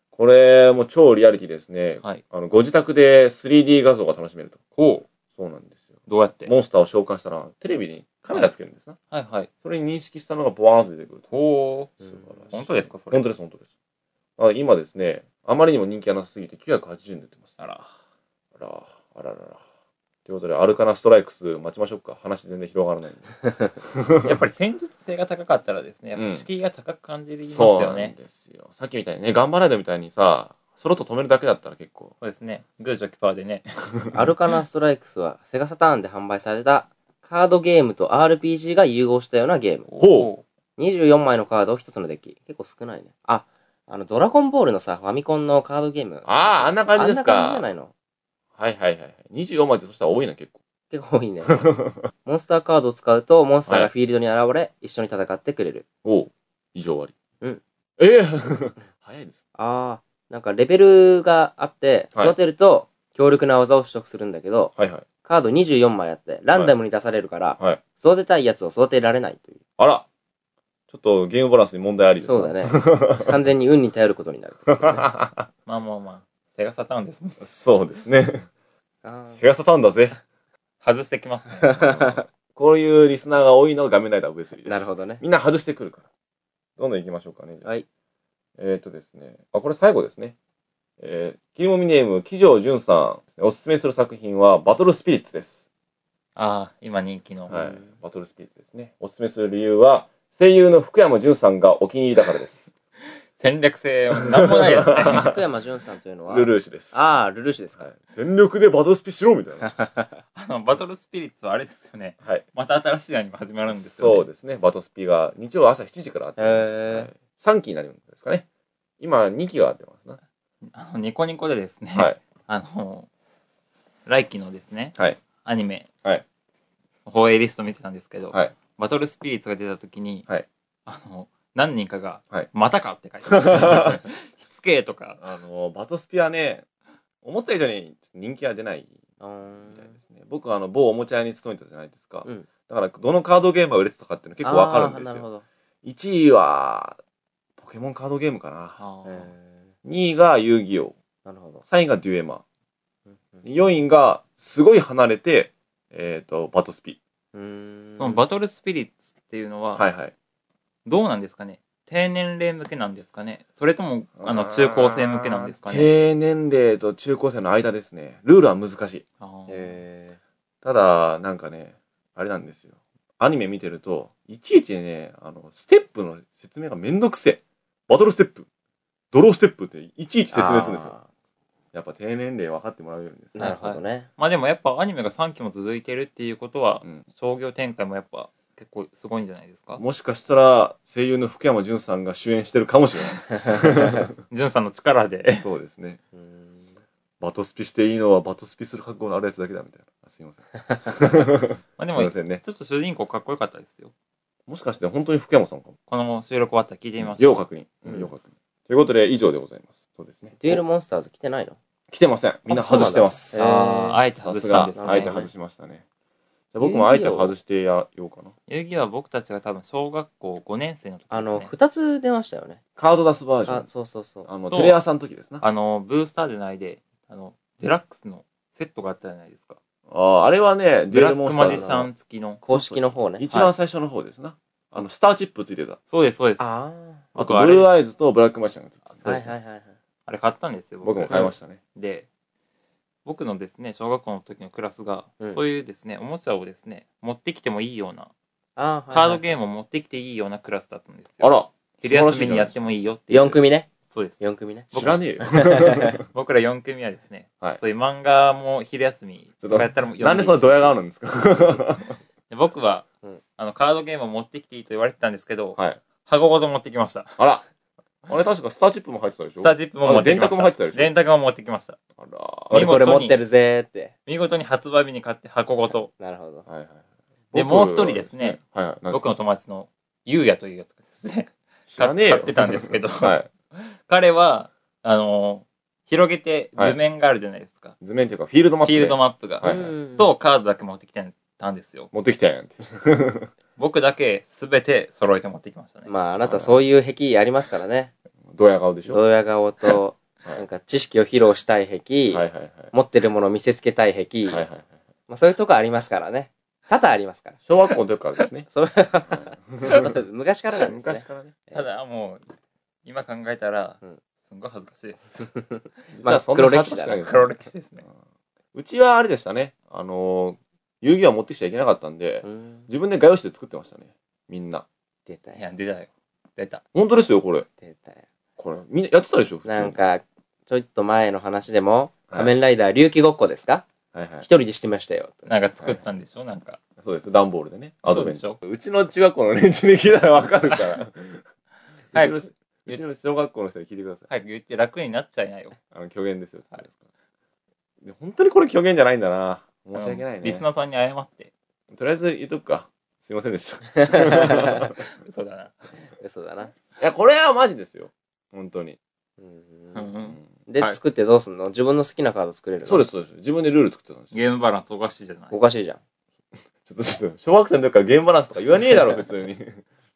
[SPEAKER 1] これも超リアリティですね。
[SPEAKER 3] はい
[SPEAKER 1] あの、ご自宅で 3D 画像が楽しめると。
[SPEAKER 3] ほう。
[SPEAKER 1] そうなんですよ。
[SPEAKER 3] どうやって
[SPEAKER 1] モンスターを召喚したら、テレビにカメラつけるんですな。
[SPEAKER 3] はいはい。
[SPEAKER 1] それに認識したのがボワーンと出てくると。
[SPEAKER 3] ほう。
[SPEAKER 1] 素晴らしい。
[SPEAKER 3] 本当ですかそれ
[SPEAKER 1] 本当です、本当です。あ今ですね、あまりにも人気がなさすぎて980円出てます。
[SPEAKER 3] あら。
[SPEAKER 1] あら、あららら。ということで、アルカナストライクス待ちましょうか。話全然広がらないんで。
[SPEAKER 3] やっぱり戦術性が高かったらですね、やっ
[SPEAKER 1] うん
[SPEAKER 3] ぱ敷居が高く感じます
[SPEAKER 1] そう
[SPEAKER 3] よ
[SPEAKER 1] なん
[SPEAKER 3] ね。
[SPEAKER 1] ですよ。さっきみたいにね、頑張らないみたいにさ、スロット止めるだけだったら結構。
[SPEAKER 3] そうですね。グージョキパーでね。
[SPEAKER 2] アルカナストライクスはセガサターンで販売されたカードゲームと RPG が融合したようなゲーム。
[SPEAKER 1] ほ
[SPEAKER 2] 24枚のカードを一つのデッキ。結構少ないね。あ、あの、ドラゴンボールのさ、ファミコンのカードゲーム。
[SPEAKER 1] ああ、あんな感じですか。
[SPEAKER 2] あんな感じじゃないの
[SPEAKER 1] はいはいはいはい。24枚ってそしたら多いな、結構。
[SPEAKER 2] 結構 多いね。モンスターカードを使うと、モンスターがフィールドに現れ、一緒に戦ってくれる。
[SPEAKER 1] おう以上終わり。
[SPEAKER 2] うん。
[SPEAKER 1] ええ 早いです。
[SPEAKER 2] ああ、なんかレベルがあって、
[SPEAKER 1] はい
[SPEAKER 2] 育てると強力な技を取得するんだけど、
[SPEAKER 1] はいはい。
[SPEAKER 2] カード24枚あって、ランダムに出されるから、
[SPEAKER 1] はい。
[SPEAKER 2] 育てたいやつを育てられないという。
[SPEAKER 1] あらちょっとゲームバランスに問題ありです
[SPEAKER 2] そうだね。完全に運に頼ることに なる。
[SPEAKER 1] だ
[SPEAKER 3] まあまあまあ。セガサターンですね。
[SPEAKER 1] ね。そうですね。
[SPEAKER 2] あー
[SPEAKER 1] セガサターンだ ぜ。
[SPEAKER 3] 外してきますね。
[SPEAKER 1] こういうリスナーが多いのが画面ライダー V3 です。
[SPEAKER 2] なるほ
[SPEAKER 1] ど。
[SPEAKER 2] どね。
[SPEAKER 1] みんな外してくるから。どんどん行きましょうかね。じゃあ
[SPEAKER 2] はい。
[SPEAKER 1] えっ、とですね。あ、これ最後ですね。えー、キリモミネーム、木城淳さん。おすすめする作品は、バトルスピリッツです。
[SPEAKER 3] ああ、今人気の。
[SPEAKER 1] はい。バトルスピリッツですね。おすすめする理由は、声優の福山潤さんがお気に入りだからです。
[SPEAKER 3] 戦略性、なんもな いですね。
[SPEAKER 2] 福山潤さんというのは、
[SPEAKER 1] ルルーシュです。
[SPEAKER 2] ああ、ルルーシュですか。
[SPEAKER 1] はい、全力でバトルスピしろみたい な。
[SPEAKER 3] あの、バトルスピリッツはあれですよね。
[SPEAKER 1] はい。
[SPEAKER 3] また新しいアニメ始まるんですよ、ね。
[SPEAKER 1] そうですね。バトスピが日曜朝7時からあってま
[SPEAKER 2] へー
[SPEAKER 1] す。はい、3期になるんですかね。今2期があってますな。
[SPEAKER 3] あの、ニコニコでですね、
[SPEAKER 1] はい。
[SPEAKER 3] あの、来期のですね、
[SPEAKER 1] はい。
[SPEAKER 3] アニメ、
[SPEAKER 1] はい
[SPEAKER 3] 放映リスト見てたんですけど、
[SPEAKER 1] はい
[SPEAKER 3] バトルスピリッツが出た時に、
[SPEAKER 1] はい
[SPEAKER 3] あの、何人かが、
[SPEAKER 1] はい
[SPEAKER 3] またかって書いて ました。しつけえとか、
[SPEAKER 1] あの、バトスピはね、思った以上に人気は出ない
[SPEAKER 2] あー
[SPEAKER 1] みたいですね。僕はあの、某おもちゃ屋に勤めてたじゃないですか。
[SPEAKER 2] うん
[SPEAKER 1] だから、どのカードゲームが売れてたかっていうの結構わかるんで
[SPEAKER 2] あーな
[SPEAKER 1] す
[SPEAKER 2] るほ
[SPEAKER 1] よ。
[SPEAKER 2] ど。
[SPEAKER 1] 1位は、ポケモンカードゲームかな。
[SPEAKER 3] あー
[SPEAKER 2] え
[SPEAKER 1] 2位が遊戯王。
[SPEAKER 2] ーなるほど。
[SPEAKER 1] 3位がデュエマ。
[SPEAKER 2] うんうん
[SPEAKER 1] 4位が、すごい離れて、えっ、と、バトスピ。
[SPEAKER 2] うーん
[SPEAKER 3] そのバトルスピリッツっていうのは、
[SPEAKER 1] はいはい。
[SPEAKER 3] どうなんですかね低年齢向けなんですかねそれとも、あの、中高生向けなんですかね
[SPEAKER 1] 低年齢と中高生の間ですね。ルールは難しい。
[SPEAKER 3] あー
[SPEAKER 2] え
[SPEAKER 1] ただ、なんかね、あれなんですよ。アニメ見てると、いちいちね、あの、ステップの説明がめんどくせえ。バトルステップ、ドローステップっていちいち
[SPEAKER 2] ー
[SPEAKER 1] 説明するんですよ。
[SPEAKER 2] あ
[SPEAKER 1] やっぱ低年齢分かってもらうようにです
[SPEAKER 2] ー
[SPEAKER 1] ね。
[SPEAKER 2] なるほどね。
[SPEAKER 3] まあでもやっぱアニメが3期も続いてるっていうことは、
[SPEAKER 1] うん
[SPEAKER 3] 商業展開もやっぱ結構すごいんじゃないですか
[SPEAKER 1] もしかしたら、声優の福山潤さんが主演してるかもしれな
[SPEAKER 3] ジュンさんの力
[SPEAKER 1] い。
[SPEAKER 3] で。
[SPEAKER 1] そうですね。
[SPEAKER 2] うーん
[SPEAKER 1] バトスピしていいのはバトスピする覚悟のあるやつだけだみたいな。あすいません。い
[SPEAKER 3] まあですも、
[SPEAKER 1] ま
[SPEAKER 3] ちょ
[SPEAKER 1] せんね。
[SPEAKER 3] っと主人公かっこよかったですよ。
[SPEAKER 1] もしかして本当に福山さんかも。
[SPEAKER 3] この収録終わったら聞いてみます。
[SPEAKER 1] 要確認。
[SPEAKER 2] うん
[SPEAKER 1] 要確認。ということで、以上でございます。そうですね。
[SPEAKER 2] デュエルモンスターズ来てないの
[SPEAKER 1] お来てません。みんな外してます。
[SPEAKER 2] そうなんだへー
[SPEAKER 3] あーあえて
[SPEAKER 1] さ
[SPEAKER 3] 外し
[SPEAKER 1] す
[SPEAKER 3] たん
[SPEAKER 1] が
[SPEAKER 3] で、す
[SPEAKER 2] ね
[SPEAKER 1] あえて外しましたね。じゃあ僕もあえて外してやようかな。
[SPEAKER 3] 遊戯は僕たちが多分小学校5年生の時ですね。
[SPEAKER 2] あの、二つ出ましたよね。
[SPEAKER 1] カード出すバージョ
[SPEAKER 2] あ
[SPEAKER 1] ン、。
[SPEAKER 2] そうそうそう。
[SPEAKER 1] あの、
[SPEAKER 3] と
[SPEAKER 1] テレ朝の時ですな。あ
[SPEAKER 3] あの、ブースターでないで、あの、デラックスのセットがあったじゃないですか。
[SPEAKER 1] あー、あれはね、デュ
[SPEAKER 3] ブ
[SPEAKER 1] エ
[SPEAKER 3] ラ
[SPEAKER 1] ル
[SPEAKER 3] ッ
[SPEAKER 1] モン
[SPEAKER 3] ク
[SPEAKER 1] スタ
[SPEAKER 3] マ
[SPEAKER 1] ー
[SPEAKER 3] ジ
[SPEAKER 1] ズ
[SPEAKER 3] シ
[SPEAKER 1] の
[SPEAKER 3] ャン付きの。
[SPEAKER 2] 公式の方ね。
[SPEAKER 1] 一番最初の方ですな。あの、スターチップついてた。
[SPEAKER 3] そうです、そうです。あ
[SPEAKER 2] あ
[SPEAKER 1] あと、
[SPEAKER 3] 僕あ
[SPEAKER 1] ブ
[SPEAKER 3] れ
[SPEAKER 1] ルーアイズとブラックマシャンがついてた。
[SPEAKER 2] あ。はいはいはいはい。
[SPEAKER 3] れ買ったんですよ、
[SPEAKER 1] 僕も買いましたね。
[SPEAKER 3] で僕のですね小学校の時のクラスが、
[SPEAKER 2] うん
[SPEAKER 3] そういうですねおもちゃをですね持ってきてもいいような
[SPEAKER 2] ああ。
[SPEAKER 3] カードゲー
[SPEAKER 2] ム。
[SPEAKER 3] ムを持ってきていいようなクラスだったんですよ、
[SPEAKER 1] あら、
[SPEAKER 3] 昼休みにやってもいいよっていう
[SPEAKER 2] 4組ね。
[SPEAKER 3] そうです
[SPEAKER 2] 4組ね。
[SPEAKER 1] 知らねえよ。
[SPEAKER 3] 僕ら4組はですね、
[SPEAKER 1] はい
[SPEAKER 3] そういう漫画も昼休み
[SPEAKER 1] ちょっ
[SPEAKER 3] ことうやったらもう
[SPEAKER 1] なんでそのドヤがあるんですか
[SPEAKER 3] で僕は、
[SPEAKER 2] うん
[SPEAKER 3] あのカードゲームを持ってきていいと言われてたんですけど、
[SPEAKER 1] はい。
[SPEAKER 3] 箱ごと持ってきました
[SPEAKER 1] あら。あれ確かスターチップも入ってたでしょ
[SPEAKER 3] スタジップも持ってきました
[SPEAKER 1] あ電卓も入ってたでしょ
[SPEAKER 3] 電卓も持ってきました
[SPEAKER 1] あら。
[SPEAKER 2] 俺
[SPEAKER 3] 見事に
[SPEAKER 2] これ持ってるぜーって。
[SPEAKER 3] 見事に発売日に買って箱ごと
[SPEAKER 2] なるほど。
[SPEAKER 1] はいはい。
[SPEAKER 3] で
[SPEAKER 1] 僕
[SPEAKER 3] もう一人ですね。
[SPEAKER 1] はいはい。何です
[SPEAKER 3] 僕
[SPEAKER 1] か
[SPEAKER 3] の友達のゆうやというやつがですね
[SPEAKER 1] 知らねえよ
[SPEAKER 3] 買ってたんですけ ど
[SPEAKER 1] はい。
[SPEAKER 3] 彼は、あのー広げて図面があるじゃないですか。
[SPEAKER 1] 図面っていうか、フィールドマップ。
[SPEAKER 3] フィールドマップが。
[SPEAKER 1] はい
[SPEAKER 2] うん
[SPEAKER 3] と、カードだけ持ってきてたんですよ。
[SPEAKER 1] 持ってきたやんって。
[SPEAKER 3] 僕だけ全て揃えて持ってきましたね。
[SPEAKER 2] まあ、あなたそういう癖ありますからね。
[SPEAKER 1] ドヤ顔でしょ
[SPEAKER 2] ドヤ顔と、
[SPEAKER 1] はい
[SPEAKER 2] なんか知識を披露したい癖、
[SPEAKER 1] はいはいはい。
[SPEAKER 2] 持ってるものを見せつけたい癖、
[SPEAKER 1] はいはいはい。
[SPEAKER 2] まあそういうとこありますからね。多々ありますから。。
[SPEAKER 1] 小学校の時からです ね
[SPEAKER 2] そ れは、昔からなんです
[SPEAKER 1] 昔
[SPEAKER 2] ね。
[SPEAKER 1] からね。
[SPEAKER 3] ただもう、今考えたら、
[SPEAKER 2] うん
[SPEAKER 3] すんごい恥ずかしいです。
[SPEAKER 1] まあ、そんな
[SPEAKER 2] 黒歴史だな
[SPEAKER 1] 恥ずかしく
[SPEAKER 3] 黒
[SPEAKER 1] ない
[SPEAKER 3] 歴史です
[SPEAKER 1] け
[SPEAKER 3] ね
[SPEAKER 1] ど。うちはあれでしたね。あのー、遊戯王持ってきちゃいけなかったんで
[SPEAKER 2] う、ん
[SPEAKER 1] 自分で画用紙で作ってましたね。みんな。
[SPEAKER 2] 出た
[SPEAKER 3] い
[SPEAKER 2] よ。
[SPEAKER 3] や、出たよ。出た。
[SPEAKER 1] 本当ですよ、これ。
[SPEAKER 2] 出たよ。
[SPEAKER 1] これ、みんなやってたでしょ普通に
[SPEAKER 2] なんか、ちょいっと前の話でも、
[SPEAKER 1] はい
[SPEAKER 2] 仮面ライダー龍騎ごっこですか
[SPEAKER 1] はいはい
[SPEAKER 2] 一。人でしてましたよ。と
[SPEAKER 3] なんか作ったんでしょなんか。
[SPEAKER 1] そうです。段ボールでね。アドベンチ
[SPEAKER 3] そう
[SPEAKER 1] ャ
[SPEAKER 3] で
[SPEAKER 1] ー。うちの中学校の連中に聞いたらわかる から。
[SPEAKER 3] はいう
[SPEAKER 1] ちのうちの小学校の人に聞いてください。
[SPEAKER 3] 早く言って楽になっちゃいないよ。
[SPEAKER 1] あの、虚言ですよ。で本当にこれ虚言じゃないんだな。申し訳な
[SPEAKER 3] あ
[SPEAKER 1] い
[SPEAKER 3] の
[SPEAKER 1] ね。
[SPEAKER 3] リスナーさんに謝って。
[SPEAKER 1] とりあえず言っとくか。すいませんでした。 い
[SPEAKER 3] 嘘だな。
[SPEAKER 2] 嘘だな。
[SPEAKER 1] や、これはマジですよ。本当に。
[SPEAKER 2] うん
[SPEAKER 3] うんうん。
[SPEAKER 2] で、
[SPEAKER 3] はい
[SPEAKER 2] 作ってどうすんの自分の好きなカード作れるの。
[SPEAKER 1] そうですす、そうです。自分でルール作ってたんですよ。
[SPEAKER 3] ゲームバランスおかしいじゃない
[SPEAKER 2] お。かしいじゃん。
[SPEAKER 1] ちょっと、ちょっと、小学生の時からゲームバランスとか言わねえ だろ、普通に。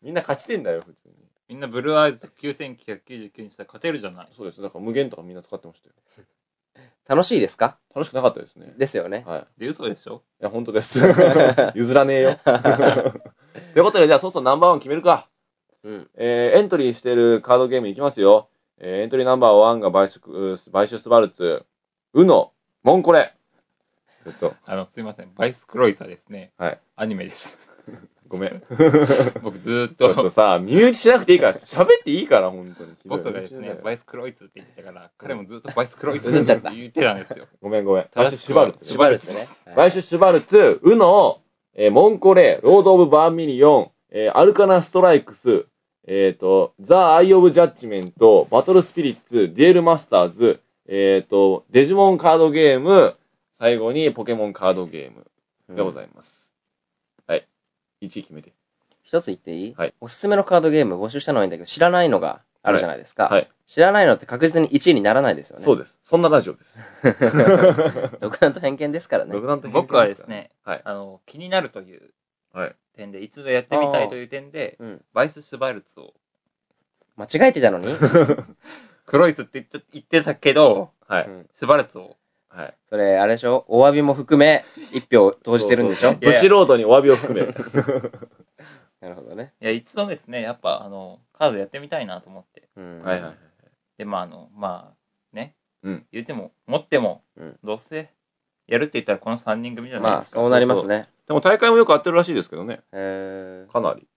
[SPEAKER 1] みんな勝ちてんだよ、普通に。
[SPEAKER 3] みんなブルーアイズと9999にしたら勝てるじゃない。
[SPEAKER 1] そうです。だから無限とかみんな使ってましたよ。
[SPEAKER 2] 楽しいですか
[SPEAKER 1] 楽しくなかったですね。
[SPEAKER 2] ですよね。
[SPEAKER 1] はい。
[SPEAKER 3] で、嘘でしょ
[SPEAKER 1] いや、本当 です。譲らねえよ。 ということで、じゃあ、そうそうナンバーワン決めるか。
[SPEAKER 2] うん。
[SPEAKER 1] えーエントリーしてるカードゲームいきますよ。えーエントリーナンバーワンが買収、うー買収スバルツ、ウノ、モンコレ。ちょっと、
[SPEAKER 3] あの、すいません。バイスクロイザーですね。
[SPEAKER 1] はい。
[SPEAKER 3] アニ メです。
[SPEAKER 1] ご めん。ち
[SPEAKER 3] 僕ずーっ
[SPEAKER 1] ょっ
[SPEAKER 3] と
[SPEAKER 1] と、さ、耳打ちしなくていいから、喋っていいから、本当に。
[SPEAKER 3] 僕がですね、バイスクロイツって言ってたから、彼もずっとバイスクロイ ツ
[SPEAKER 2] ずっちゃ
[SPEAKER 3] っ
[SPEAKER 2] ってた
[SPEAKER 3] 言ってたんですよ。
[SPEAKER 1] ごめんごめん。買収シュバルツ。
[SPEAKER 2] シュバルツね。
[SPEAKER 1] 買収シュバルツ、ウノ、えーモンコレ、ロード・オブ・バーミリオン、えーアルカナ・ストライクス、えっ、と、ザ・アイ・オブ・ジャッジメント、バトル・スピリッツ、デュエル・マスターズ、えっ、と、デジモンカードゲーム、最後にポケモンカードゲーム
[SPEAKER 2] うん
[SPEAKER 1] でございます。はい。1位決めて。
[SPEAKER 2] 一つ言っていい、
[SPEAKER 1] はい
[SPEAKER 2] おすすめのカードゲーム募集したのはいいんだけど、知らないのがあるじゃないですか。
[SPEAKER 1] はい。
[SPEAKER 2] 知らないのって確実に1位にならないですよね。
[SPEAKER 1] そうです。そんなラジオです。
[SPEAKER 2] 独断と偏見ですからね。
[SPEAKER 1] 独断と偏見
[SPEAKER 3] 僕はですね、
[SPEAKER 1] はい
[SPEAKER 3] あの、気になるという
[SPEAKER 1] はい
[SPEAKER 3] 点で、一度やってみたいという点で、
[SPEAKER 2] うん。
[SPEAKER 3] バイス・シュバルツを、
[SPEAKER 2] 間違えてたのに、う
[SPEAKER 3] クロイツって言って言ってたけど、
[SPEAKER 1] からね。
[SPEAKER 2] ん、
[SPEAKER 3] シュバルツを、
[SPEAKER 1] はい。はい。
[SPEAKER 2] それ、あれでしょお詫びも含め、一票投じてるんでし
[SPEAKER 1] そ
[SPEAKER 2] ょ
[SPEAKER 1] うそうそうブシロードにお詫びを含め。
[SPEAKER 2] なるほどね。
[SPEAKER 3] いや、一度ですね、やっぱ、あの、カードやってみたいなと思って。
[SPEAKER 2] うん。
[SPEAKER 1] はいはい。
[SPEAKER 3] で、まあ、あの、まあ、ね、
[SPEAKER 1] うん
[SPEAKER 3] 言っても、持っても、
[SPEAKER 2] うん
[SPEAKER 3] どうせ、やるって言ったらこの3人組じゃない
[SPEAKER 2] ま
[SPEAKER 3] で
[SPEAKER 2] あ、
[SPEAKER 3] すか。
[SPEAKER 2] そうなりますね。
[SPEAKER 1] でも大会もよく合ってるらしいですけどね。
[SPEAKER 2] え
[SPEAKER 1] かなり。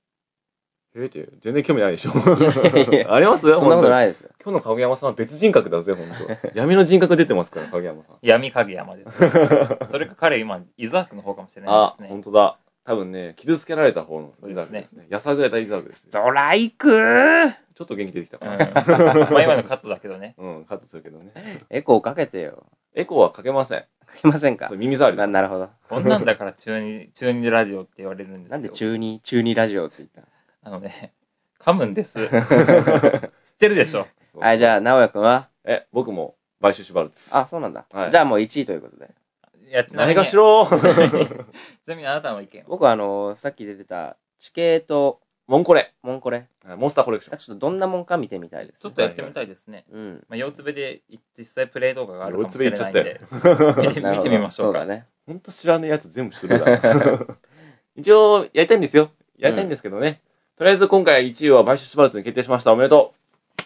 [SPEAKER 1] えーって、全然興味ないでしょ。
[SPEAKER 2] やいやいや
[SPEAKER 1] あります
[SPEAKER 2] ー、そんなこと
[SPEAKER 1] い。
[SPEAKER 2] ないですよ。
[SPEAKER 1] 今日の影山さんは別人格だぜ、本 当闇の人格出てますから、影山さん。
[SPEAKER 3] 闇影山です。それか彼今、イザークの方かもしれな
[SPEAKER 1] あ
[SPEAKER 3] い、です
[SPEAKER 1] 本
[SPEAKER 3] ね。
[SPEAKER 1] 当だ。多分ね、傷つけられた方のイザークですね。やさぐれたイザークですよ。
[SPEAKER 3] ドライクー
[SPEAKER 1] ちょっと元気出てきた
[SPEAKER 3] うん
[SPEAKER 1] か、
[SPEAKER 3] まあ今のカットだけどね。
[SPEAKER 1] ら。うん、カットするけどね。
[SPEAKER 2] エコーかけてよ。
[SPEAKER 1] エコーはかけません。
[SPEAKER 2] かけませんか
[SPEAKER 1] そう耳障り
[SPEAKER 2] な
[SPEAKER 1] だ。
[SPEAKER 2] なるほど。
[SPEAKER 3] こんなんだから中二、中二ラジオって言われるんですよ。
[SPEAKER 2] なんで中二、中二ラジオって言ったの
[SPEAKER 3] あのね、 噛むんです。知ってるでしょ。
[SPEAKER 1] そう
[SPEAKER 2] はい、じゃあ、直哉くんは
[SPEAKER 1] え、僕も、買収シュバルツ。
[SPEAKER 2] あ、、そうなんだ。
[SPEAKER 1] はい
[SPEAKER 2] じゃあもう1位ということで。
[SPEAKER 3] やちな
[SPEAKER 1] 何
[SPEAKER 3] みに、
[SPEAKER 1] がし
[SPEAKER 3] ち
[SPEAKER 1] ろ
[SPEAKER 3] なみにあなたの意見は
[SPEAKER 2] 僕はあのーさっき出てた、地形と、
[SPEAKER 1] モンコレ。
[SPEAKER 2] モンコレ
[SPEAKER 1] はいモンスターコレクショ
[SPEAKER 2] が
[SPEAKER 1] ン。
[SPEAKER 2] ちょっとどんなもんか見てみたいです。
[SPEAKER 3] ちょっとやってみたいですね。
[SPEAKER 2] うん。
[SPEAKER 3] まあ、四つ目で実際プレイ動画があるかもしれない
[SPEAKER 1] 四
[SPEAKER 3] んで、見て
[SPEAKER 2] なる
[SPEAKER 3] 見
[SPEAKER 2] ほ
[SPEAKER 3] て
[SPEAKER 2] ど
[SPEAKER 3] みましょう
[SPEAKER 2] そ
[SPEAKER 3] か。
[SPEAKER 2] うだね。
[SPEAKER 1] ほ んと知らねえやつ全部知ってるな。一応、やりたいんですよ。やりたいんですけどね。とりあえず今回1位は買収スパルツに決定しました。おめでとう。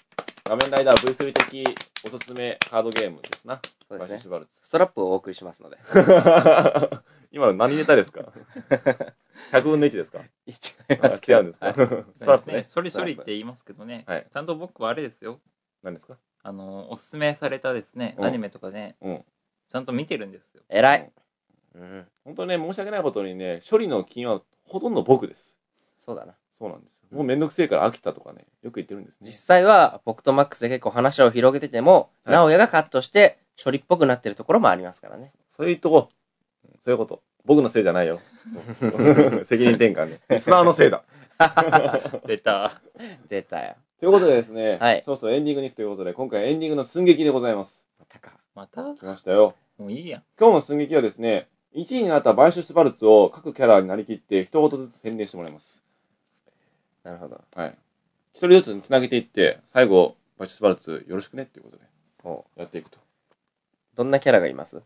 [SPEAKER 1] 画面ライダー V3 的おすすめカードゲームですな。
[SPEAKER 2] そうで
[SPEAKER 1] 買
[SPEAKER 2] す
[SPEAKER 1] 収
[SPEAKER 2] ね
[SPEAKER 1] ス。パルツ。
[SPEAKER 2] ストラップをお送りしますので。
[SPEAKER 1] 今の何ネタ ですか ?100 分の1ですか
[SPEAKER 2] いや違い
[SPEAKER 1] あ
[SPEAKER 2] ますけ
[SPEAKER 1] 違
[SPEAKER 2] ど。
[SPEAKER 1] う んですか、
[SPEAKER 2] はい
[SPEAKER 1] ストラップね。
[SPEAKER 3] 処理処理って言いますけどね、
[SPEAKER 1] はい
[SPEAKER 3] ちゃんと僕はあれですよ
[SPEAKER 1] 何ですか
[SPEAKER 3] あのおすすめされたですね、
[SPEAKER 1] うん
[SPEAKER 3] アニメとかね、
[SPEAKER 1] うん
[SPEAKER 3] ちゃんと見てるんですよ
[SPEAKER 2] 偉い。うん。
[SPEAKER 1] 本当ね、申し訳ないことにね、処理の金はほとんど僕です。
[SPEAKER 2] そうだな。
[SPEAKER 1] そうなんですよ。もうめんどくせえから飽きたとかね、よく言ってるんですね
[SPEAKER 2] 実。際は、僕とマックスで結構話を広げてても、
[SPEAKER 1] はい
[SPEAKER 2] 直哉がカットして、処理っぽくなってるところもありますからね。
[SPEAKER 1] そういうとこ、そういうこと。僕のせいじゃないよ。 責任転換ね。リスナーのせいだ。
[SPEAKER 3] 出た
[SPEAKER 2] 出たよ。
[SPEAKER 1] ということでですね、
[SPEAKER 2] はい
[SPEAKER 1] そうそうエンディングに行くということで、今回エンディングの寸劇でございます。
[SPEAKER 2] またか。
[SPEAKER 3] またも
[SPEAKER 1] 来ましたよ。
[SPEAKER 3] ういいやん
[SPEAKER 1] 今日の寸劇はですね、1位になったバイシュスバルツを各キャラになりきって、一言ずつ宣伝してもらいます。
[SPEAKER 2] なるほど。
[SPEAKER 1] はい。一人ずつにつなげていって、最後、バイシュスバルツよろしくねっていうことで、
[SPEAKER 2] お
[SPEAKER 1] やっていくと。
[SPEAKER 2] どんなキャラがいます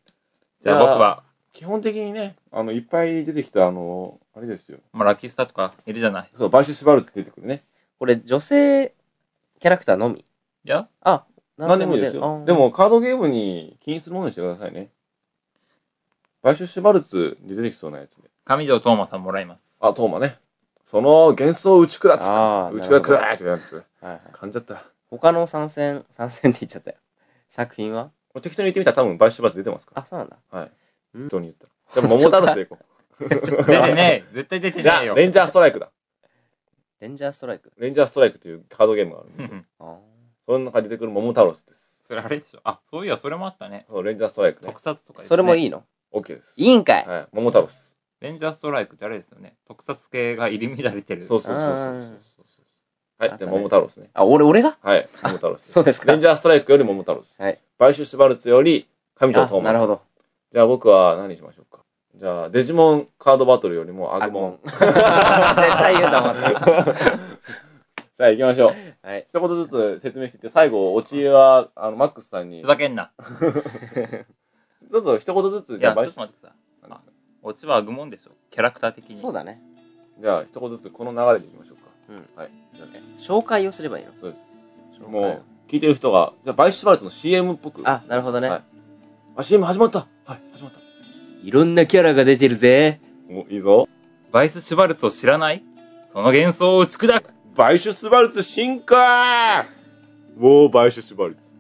[SPEAKER 3] じゃあ僕は、
[SPEAKER 1] 基本的にね、あの、いっぱい出てきた、あの、あれですよ。
[SPEAKER 3] まあ、ラッキースターとかいるじゃない
[SPEAKER 1] そう、バイシュスバルツって出てくるね。
[SPEAKER 2] これ、女性キャラクターのみ
[SPEAKER 3] いや
[SPEAKER 2] あ、
[SPEAKER 1] 何でもいいです
[SPEAKER 2] 男性
[SPEAKER 1] よ。
[SPEAKER 2] 出る
[SPEAKER 1] で、も、カードゲームに起因するものにしてくださいね。買収シュバルツに出てきそうなやつで。
[SPEAKER 3] 上条東馬さんもらいます
[SPEAKER 1] あ、トーマね。その幻想を打ち砕く。
[SPEAKER 2] ああー、
[SPEAKER 1] 打ち砕
[SPEAKER 2] なる
[SPEAKER 1] く
[SPEAKER 2] ほど
[SPEAKER 1] ぞーってやつ。
[SPEAKER 2] はいはい
[SPEAKER 1] 噛んじゃった。
[SPEAKER 2] 他の参戦、参戦って言っちゃったよ。作品は
[SPEAKER 1] これ適当に言ってみたら多分買収シュバルツ出てますか
[SPEAKER 2] あ、そうなんだ。
[SPEAKER 1] ら。はい。
[SPEAKER 2] うん
[SPEAKER 1] 適当に言ったら。でも、桃太郎でいこ
[SPEAKER 3] 出てねえ絶対出
[SPEAKER 1] う。
[SPEAKER 3] て
[SPEAKER 1] じゃ
[SPEAKER 3] な
[SPEAKER 1] あ
[SPEAKER 3] いよ
[SPEAKER 1] レンジャーストライクだ。
[SPEAKER 2] レンジャーストライク。
[SPEAKER 1] レンジャーストライクというカードゲームがあるんですよ。
[SPEAKER 2] あー
[SPEAKER 1] その中に出てくる桃太郎です。
[SPEAKER 3] それあれでしょあそういやそれもあったね
[SPEAKER 1] そうレンジャーストライクね
[SPEAKER 3] 特。撮とかですね
[SPEAKER 2] それも
[SPEAKER 3] い
[SPEAKER 2] いいの
[SPEAKER 1] OK です。
[SPEAKER 2] いいんかい
[SPEAKER 1] はい。桃太郎です。
[SPEAKER 3] レンジャーストライクってあれですよね特撮系が入り乱れてる
[SPEAKER 1] そうそうそうそう
[SPEAKER 2] あー
[SPEAKER 1] そうそう。は
[SPEAKER 2] あ
[SPEAKER 1] い。
[SPEAKER 2] った
[SPEAKER 1] で、
[SPEAKER 2] ね
[SPEAKER 1] 桃太郎ですね。
[SPEAKER 2] あ、俺、俺が
[SPEAKER 1] はい。桃太郎です。
[SPEAKER 2] そうですか
[SPEAKER 1] レンジャーストライクよりも桃太郎です。
[SPEAKER 2] はい。
[SPEAKER 1] 買収シュバルツより上条
[SPEAKER 2] あ、
[SPEAKER 1] 東
[SPEAKER 2] なる
[SPEAKER 1] 馬。
[SPEAKER 2] ほど。
[SPEAKER 1] じゃあ僕は何にしましょうか。じゃあ、デジモンカードバトルよりも悪
[SPEAKER 2] 悪
[SPEAKER 1] ン
[SPEAKER 2] 夢。絶 対言うと思った。
[SPEAKER 1] さあ行きましょう。
[SPEAKER 2] はい。
[SPEAKER 1] 一言ずつ説明していって、最後、オチは、あの、マックスさんに、
[SPEAKER 3] ふ
[SPEAKER 1] ちょ
[SPEAKER 3] ざけんな
[SPEAKER 1] っと一言ずつ、
[SPEAKER 3] い
[SPEAKER 1] じゃあ、
[SPEAKER 3] やち
[SPEAKER 1] 買
[SPEAKER 3] ょっ
[SPEAKER 1] 収
[SPEAKER 3] と待ってくださいオチは愚問でしょキャラクター的に
[SPEAKER 2] そうだね。
[SPEAKER 1] じゃあ、一言ずつこの流れでいきましょうか。
[SPEAKER 2] うん。
[SPEAKER 1] はい。じゃあね
[SPEAKER 2] 紹介をすればいいの
[SPEAKER 1] そうです。
[SPEAKER 2] 紹介
[SPEAKER 1] もう、聞いてる人が、じゃあ、バイシュバルツの CM っぽく。
[SPEAKER 2] あ、なるほど
[SPEAKER 1] はい
[SPEAKER 2] ね。
[SPEAKER 1] あ、CM 始まったはい、始まった。
[SPEAKER 2] いろんなキャラが出てるぜ。
[SPEAKER 1] お、いいぞ。
[SPEAKER 3] バイス・シュバルツを知らないその幻想を打ち砕く
[SPEAKER 1] バイシュスバルツ進化おー、バイシュスバルツ。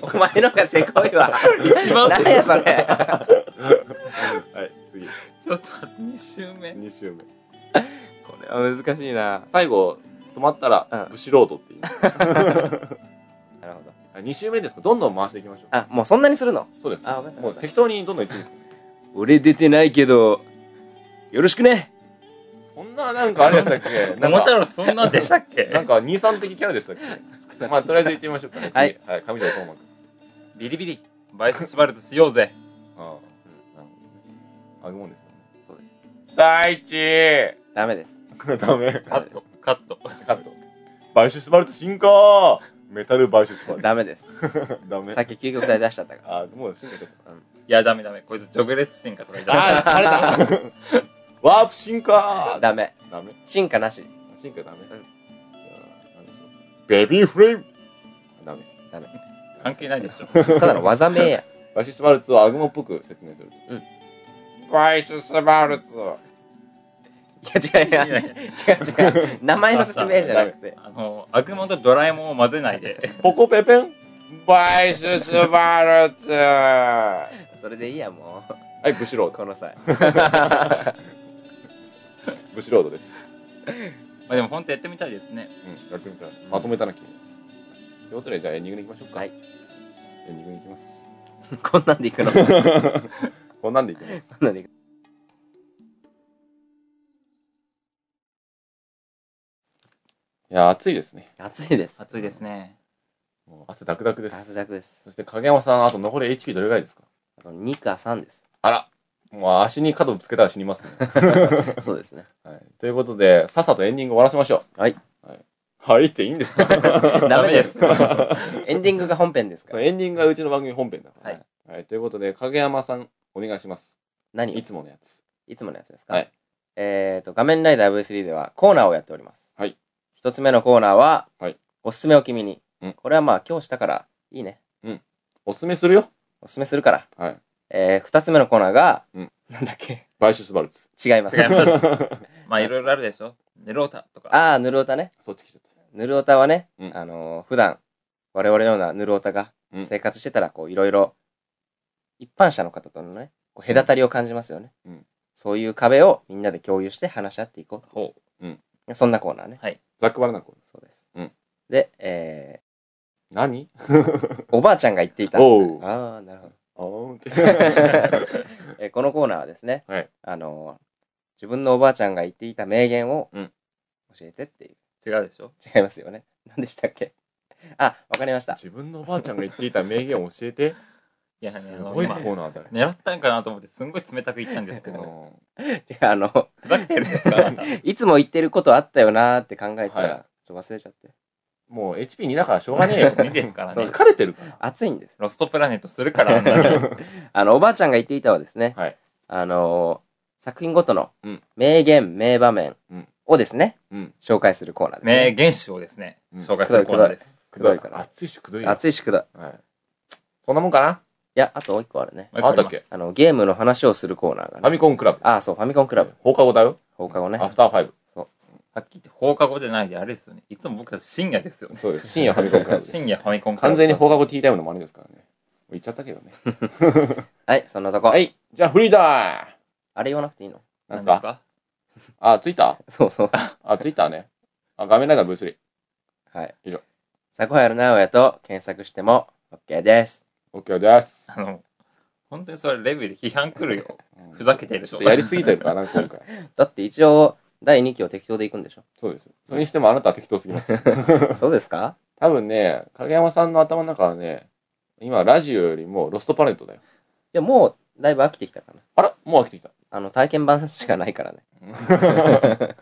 [SPEAKER 2] お前のがせこい わ。
[SPEAKER 3] 一番
[SPEAKER 2] 何やそれ。
[SPEAKER 1] はい、次。
[SPEAKER 3] ちょっと2周目
[SPEAKER 1] 2周目。
[SPEAKER 2] これは難しいな。
[SPEAKER 1] 最後、止まった
[SPEAKER 2] うん
[SPEAKER 1] ら、ブシロードって言います。
[SPEAKER 2] なるほど。
[SPEAKER 1] 2周目ですかどんどん回していきましょう。
[SPEAKER 2] あ、もうそんなにするの
[SPEAKER 1] そうです。
[SPEAKER 2] あわかった
[SPEAKER 1] もう適当にどんどんいっていいですか
[SPEAKER 2] 俺出てないけど、よろしくね。
[SPEAKER 1] そんな、なんかあれでしたっけなん
[SPEAKER 3] 桃太
[SPEAKER 1] か、
[SPEAKER 3] 郎そんなんでしたっけ
[SPEAKER 1] なんか、兄さん的キャラでしたっけまあ、とりあえず行ってみましょうかね。
[SPEAKER 2] はい
[SPEAKER 1] 次。はい、上条東馬君。
[SPEAKER 3] ビリビリバイス・シュバルツしようぜ
[SPEAKER 1] ああ。なるほどね。あぐもんですよね。
[SPEAKER 2] そうです。
[SPEAKER 1] 大地
[SPEAKER 2] ダメです。
[SPEAKER 1] ダメ。
[SPEAKER 3] カットカット
[SPEAKER 1] カット。バイシュスバルツ進化メタルバイシュスバルツ。
[SPEAKER 2] ダメ。です。
[SPEAKER 1] ダメ
[SPEAKER 2] さ。っき究極体出しちゃったから。
[SPEAKER 1] あ、もう進化しちゃった。
[SPEAKER 3] いやダメダメこいつジョグレス進化とか言った
[SPEAKER 1] あ、あれだ。ワープ進化
[SPEAKER 2] ダメ。
[SPEAKER 1] ダメ。
[SPEAKER 2] 進化なし。
[SPEAKER 1] 進化ダメ。じゃあ、
[SPEAKER 2] ん
[SPEAKER 1] なんでしょう。ベビーフレームダメ。
[SPEAKER 2] ダメ。
[SPEAKER 3] 関係ないでしょ
[SPEAKER 2] ただの技名や。
[SPEAKER 1] バイシュスバルツをアグモっぽく説明すると。
[SPEAKER 2] うん
[SPEAKER 1] バイシュスバルツ。
[SPEAKER 2] いや違う 違う違う違う。名前の説明じゃなく て。
[SPEAKER 3] あの悪魔とドラえもんを混ぜない で
[SPEAKER 1] ポコペペンバイシュスバルツ。は
[SPEAKER 2] それでいいやも
[SPEAKER 1] い、ブシロー
[SPEAKER 2] う。この際。
[SPEAKER 1] ド。ブシロードです。
[SPEAKER 3] まあでも本当やってみたいですね
[SPEAKER 1] うん、やってみたい。まとめたな、君。ということで、じゃあエンディングに行きましょうか。
[SPEAKER 2] はい。
[SPEAKER 1] エンディングに行きます。
[SPEAKER 2] こんなんでいくのこん
[SPEAKER 1] こんなんでいきます。
[SPEAKER 2] なんでいく
[SPEAKER 1] いや、暑いですね。
[SPEAKER 2] 暑いです。
[SPEAKER 3] 暑いですね
[SPEAKER 1] もう汗ダクダクです。
[SPEAKER 2] 汗だくです
[SPEAKER 1] そ。して影山さん、あと残り HP どれぐらいですか
[SPEAKER 2] あと2か3です。
[SPEAKER 1] あら、もう足に角ぶつけたら死にますね。
[SPEAKER 2] そうですね。
[SPEAKER 1] はい、ということで、さっさとエンディング終わらせましょう。
[SPEAKER 2] はい。
[SPEAKER 1] はい、はいっていいんですか
[SPEAKER 2] ダメ です
[SPEAKER 3] ダ。
[SPEAKER 2] エンディングが本編ですか
[SPEAKER 1] そ
[SPEAKER 2] ら
[SPEAKER 1] う。エンディングがうちの番組本編だから、
[SPEAKER 2] は
[SPEAKER 1] はい。ということで、影山さん、お願いします。
[SPEAKER 2] 何
[SPEAKER 1] い
[SPEAKER 2] いつ
[SPEAKER 1] つものやつ。
[SPEAKER 2] いつものやつですか
[SPEAKER 1] はい。
[SPEAKER 2] えっ、と、画面ライダー V3 ではコーナーをやっております。
[SPEAKER 1] はい。
[SPEAKER 2] 一つ目のコーナーは、
[SPEAKER 1] はい
[SPEAKER 2] おすすめを君に。
[SPEAKER 1] うん
[SPEAKER 2] これはまあ今日したから、いいね。
[SPEAKER 1] おすすめするよ。
[SPEAKER 2] おすすめするから。
[SPEAKER 1] はい。
[SPEAKER 2] えー、二つ目のコーナーが、
[SPEAKER 1] うん
[SPEAKER 2] なんだっけ
[SPEAKER 1] バイシュスバルツ。
[SPEAKER 2] 違います。
[SPEAKER 3] 違います。まあ、いろいろあるでしょ。ネロータとか。
[SPEAKER 2] あー、ぬるおたね。
[SPEAKER 1] そっち来ちゃっ
[SPEAKER 2] ぬるおたはね、
[SPEAKER 1] うん
[SPEAKER 2] あのー普段、我々のようなぬるおたが
[SPEAKER 1] うん
[SPEAKER 2] 生活してたら、こう、いろいろ、一般者の方とのね、こう隔たりを感じますよね。
[SPEAKER 1] うん
[SPEAKER 2] そういう壁をみんなで共有して話し合っていこ
[SPEAKER 3] ほう。
[SPEAKER 2] う。そんなコーナーね。
[SPEAKER 1] た。ザックバラナコ。
[SPEAKER 2] そうです。
[SPEAKER 1] うん
[SPEAKER 2] で、え
[SPEAKER 1] 何
[SPEAKER 2] ー、おばあちゃんが言っていた。
[SPEAKER 1] おう。
[SPEAKER 2] ああ、なる
[SPEAKER 1] あーん
[SPEAKER 2] ほど。
[SPEAKER 1] って。
[SPEAKER 2] えーこのコーナーはですね、
[SPEAKER 1] はい
[SPEAKER 2] あのー自分のおばあちゃんが言っていた名言を
[SPEAKER 1] うん
[SPEAKER 2] 教えてっていう。
[SPEAKER 3] 違うでしょ。
[SPEAKER 2] 違いますよね。何でしたっけあ、わかりました。
[SPEAKER 1] 自分のおばあちゃんが言っていた名言教えて。
[SPEAKER 3] いや
[SPEAKER 1] すごいコ
[SPEAKER 3] あの
[SPEAKER 1] ーナーだね。
[SPEAKER 3] 狙ったんかなと思って、すんごい冷たく言ったんですけど。
[SPEAKER 1] う
[SPEAKER 2] 違う、あの、
[SPEAKER 3] ふざけてるんですかあなた
[SPEAKER 2] いつも言ってることあったよなーって考えてたら、
[SPEAKER 1] はい
[SPEAKER 2] ちょっと忘れちゃって。
[SPEAKER 1] んもう HP2 だからしょうがねえ よ。
[SPEAKER 3] いいですからね
[SPEAKER 1] 疲れてるから。
[SPEAKER 2] 暑いんです。
[SPEAKER 3] ロストプラネットするからあんなの、
[SPEAKER 2] あの、おばあちゃんが言っていたはですね、
[SPEAKER 1] はい
[SPEAKER 2] あのー作品ごとの
[SPEAKER 1] うん
[SPEAKER 2] 名言、名場面
[SPEAKER 1] うん
[SPEAKER 2] をですね、
[SPEAKER 1] うん。
[SPEAKER 2] 紹介するコーナーです
[SPEAKER 3] 名
[SPEAKER 2] ね。
[SPEAKER 3] 言集をですね、
[SPEAKER 1] うん
[SPEAKER 3] 紹介するコーナーです。
[SPEAKER 2] くどいから。
[SPEAKER 1] 暑いしくどいよ。
[SPEAKER 2] 暑いしくどい。
[SPEAKER 1] はい。そんなもんかない
[SPEAKER 2] や、あともう一個あるね。
[SPEAKER 1] ああったっけ
[SPEAKER 2] あの、ゲームの話をするコーナ
[SPEAKER 1] フ
[SPEAKER 2] ー
[SPEAKER 1] ァ
[SPEAKER 2] が
[SPEAKER 1] ミ
[SPEAKER 2] ね。
[SPEAKER 1] コンクラブ。
[SPEAKER 2] あ、そう、ファミコンクラブ。
[SPEAKER 1] 放課後だよ。
[SPEAKER 2] 放課後ね。
[SPEAKER 1] アフターファイブ。
[SPEAKER 3] はっきり言って放課後じゃないであれですよね。いつも僕たち深夜ですよね。
[SPEAKER 1] そうです。深夜ファミコンクラブです。
[SPEAKER 3] 深夜ファミコンから
[SPEAKER 1] 完全に放課後ティータイムの真似ですからね。もう言っちゃったけどね。
[SPEAKER 2] はい、そんなとこ。
[SPEAKER 1] はい。じゃあフリーだ
[SPEAKER 2] あれ言わなくていいの
[SPEAKER 1] ーなん
[SPEAKER 3] 何
[SPEAKER 1] す
[SPEAKER 3] で
[SPEAKER 1] か
[SPEAKER 3] すか
[SPEAKER 1] あ、ツイッタ
[SPEAKER 2] そうそう。
[SPEAKER 1] ーあ、ツイッターね。あ、画面ライダー V3。
[SPEAKER 2] はい。
[SPEAKER 1] 以上。
[SPEAKER 2] サコハルナオヤと検索しても OK です。
[SPEAKER 1] OK です。
[SPEAKER 3] あの、本当にそれレビューで批判来るよ。
[SPEAKER 1] うん
[SPEAKER 3] ふざけてる
[SPEAKER 1] ちょ
[SPEAKER 3] と
[SPEAKER 1] っとやりすぎてるかな、今回。
[SPEAKER 2] だって一応、第2期を適当でいく んでしょ
[SPEAKER 1] そうです。それにしてもあなたは適当すぎ ます。
[SPEAKER 2] そうですか
[SPEAKER 1] 多分ね、影山さんの頭の中はね、今ラジオよりもロストパレットだよ。
[SPEAKER 2] いや、もう、だいぶ飽きてきたかな。
[SPEAKER 1] あら、もう飽きてきた。
[SPEAKER 2] あの、体験版しかないからね。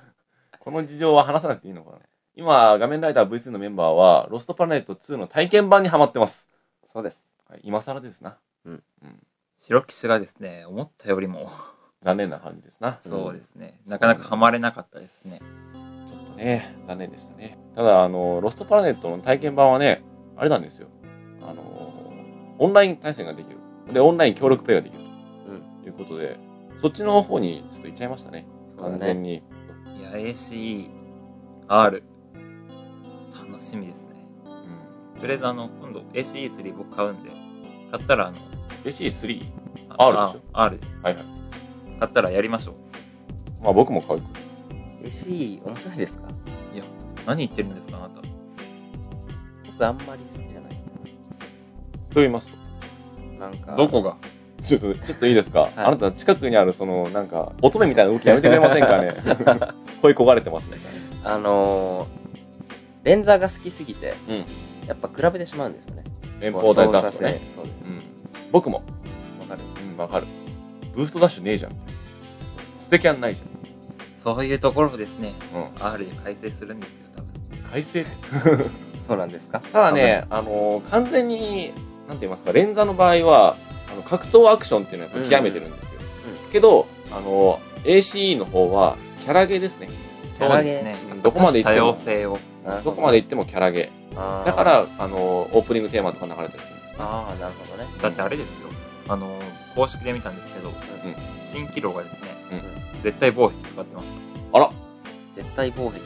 [SPEAKER 1] この事情は話さなくていいのかな。今、画面ライダー V2 のメンバーは、ロストパレット2の体験版にハマってます。
[SPEAKER 2] そうです。
[SPEAKER 1] はい、今更ですな。
[SPEAKER 3] ヒロキシがですね、思ったよりも、
[SPEAKER 1] 残念な感じですな。。
[SPEAKER 3] そうですすね、なかなかハマれなかったですね。
[SPEAKER 1] ちょっとね、残念でしたね。ただ、あの、ロストパラネットの体験版はね、あれなんですよ。あの、オンライン対戦ができる。で、オンライン協力プレイができるということで、そっちの方にちょっと行っちゃいましたね。
[SPEAKER 2] うだ
[SPEAKER 1] 完
[SPEAKER 2] ね
[SPEAKER 1] 全に。
[SPEAKER 3] いや、ACE、R、楽しみですね。
[SPEAKER 1] うん
[SPEAKER 3] とりあえず、あの、今度 ACE3 僕買うんで、買ったら、あの、
[SPEAKER 1] AC3?
[SPEAKER 3] あ
[SPEAKER 1] R でしょ
[SPEAKER 3] あ ?R です。
[SPEAKER 1] はいはい。
[SPEAKER 3] 買ったらやりましょう。
[SPEAKER 1] まあ僕も買う。
[SPEAKER 2] AC、面白いですか
[SPEAKER 3] 何言ってるんですか、あなた。
[SPEAKER 2] 僕あんまり好きじゃない。
[SPEAKER 1] と言いますと。
[SPEAKER 2] なんか、
[SPEAKER 3] どこが
[SPEAKER 1] ちょっと、ちょっといいですか、あなた近くにあるその、なんか、乙女みたいな動きやめてくれません かね声焦がれてますね。
[SPEAKER 2] あのー、レンザーが好きすぎて、
[SPEAKER 1] うん
[SPEAKER 2] やっぱ比べてしまうんですよね。
[SPEAKER 1] 連邦大
[SPEAKER 2] 操
[SPEAKER 1] 残
[SPEAKER 2] 作
[SPEAKER 1] と
[SPEAKER 2] 性
[SPEAKER 1] ね。
[SPEAKER 2] そうです。
[SPEAKER 1] うん。僕も。
[SPEAKER 2] わかる。
[SPEAKER 1] うん、わかる。ブーストダッシュねえじゃん。ステキャンないじ
[SPEAKER 3] そういうところをですね、
[SPEAKER 1] ゃん。うん。
[SPEAKER 3] R で改正するんですよ、多分。
[SPEAKER 1] 改正
[SPEAKER 2] そうなんですか
[SPEAKER 1] ただね、あのー完全に、なんて言いますか、連座の場合は、あの格闘アクションっていうのはやっぱ極めてるんですよ。
[SPEAKER 2] うん
[SPEAKER 1] けど、あのー ACE の方は、キャラゲーですね。
[SPEAKER 2] キャラゲー
[SPEAKER 3] そうです
[SPEAKER 1] う
[SPEAKER 3] ね。
[SPEAKER 1] んどこまで行
[SPEAKER 3] 多
[SPEAKER 1] っても
[SPEAKER 3] 様性を。
[SPEAKER 1] どこまで行ってもキャラゲー。だ
[SPEAKER 2] だ
[SPEAKER 1] か、ら、あのーオープニングテーマとか流れたりするんですね。
[SPEAKER 2] あーあー、なるほどね。
[SPEAKER 3] だってあれですよ。あの、公式で見たんですけど、新機能がですね、絶対防壁使ってまし
[SPEAKER 1] あら
[SPEAKER 2] 絶対防壁。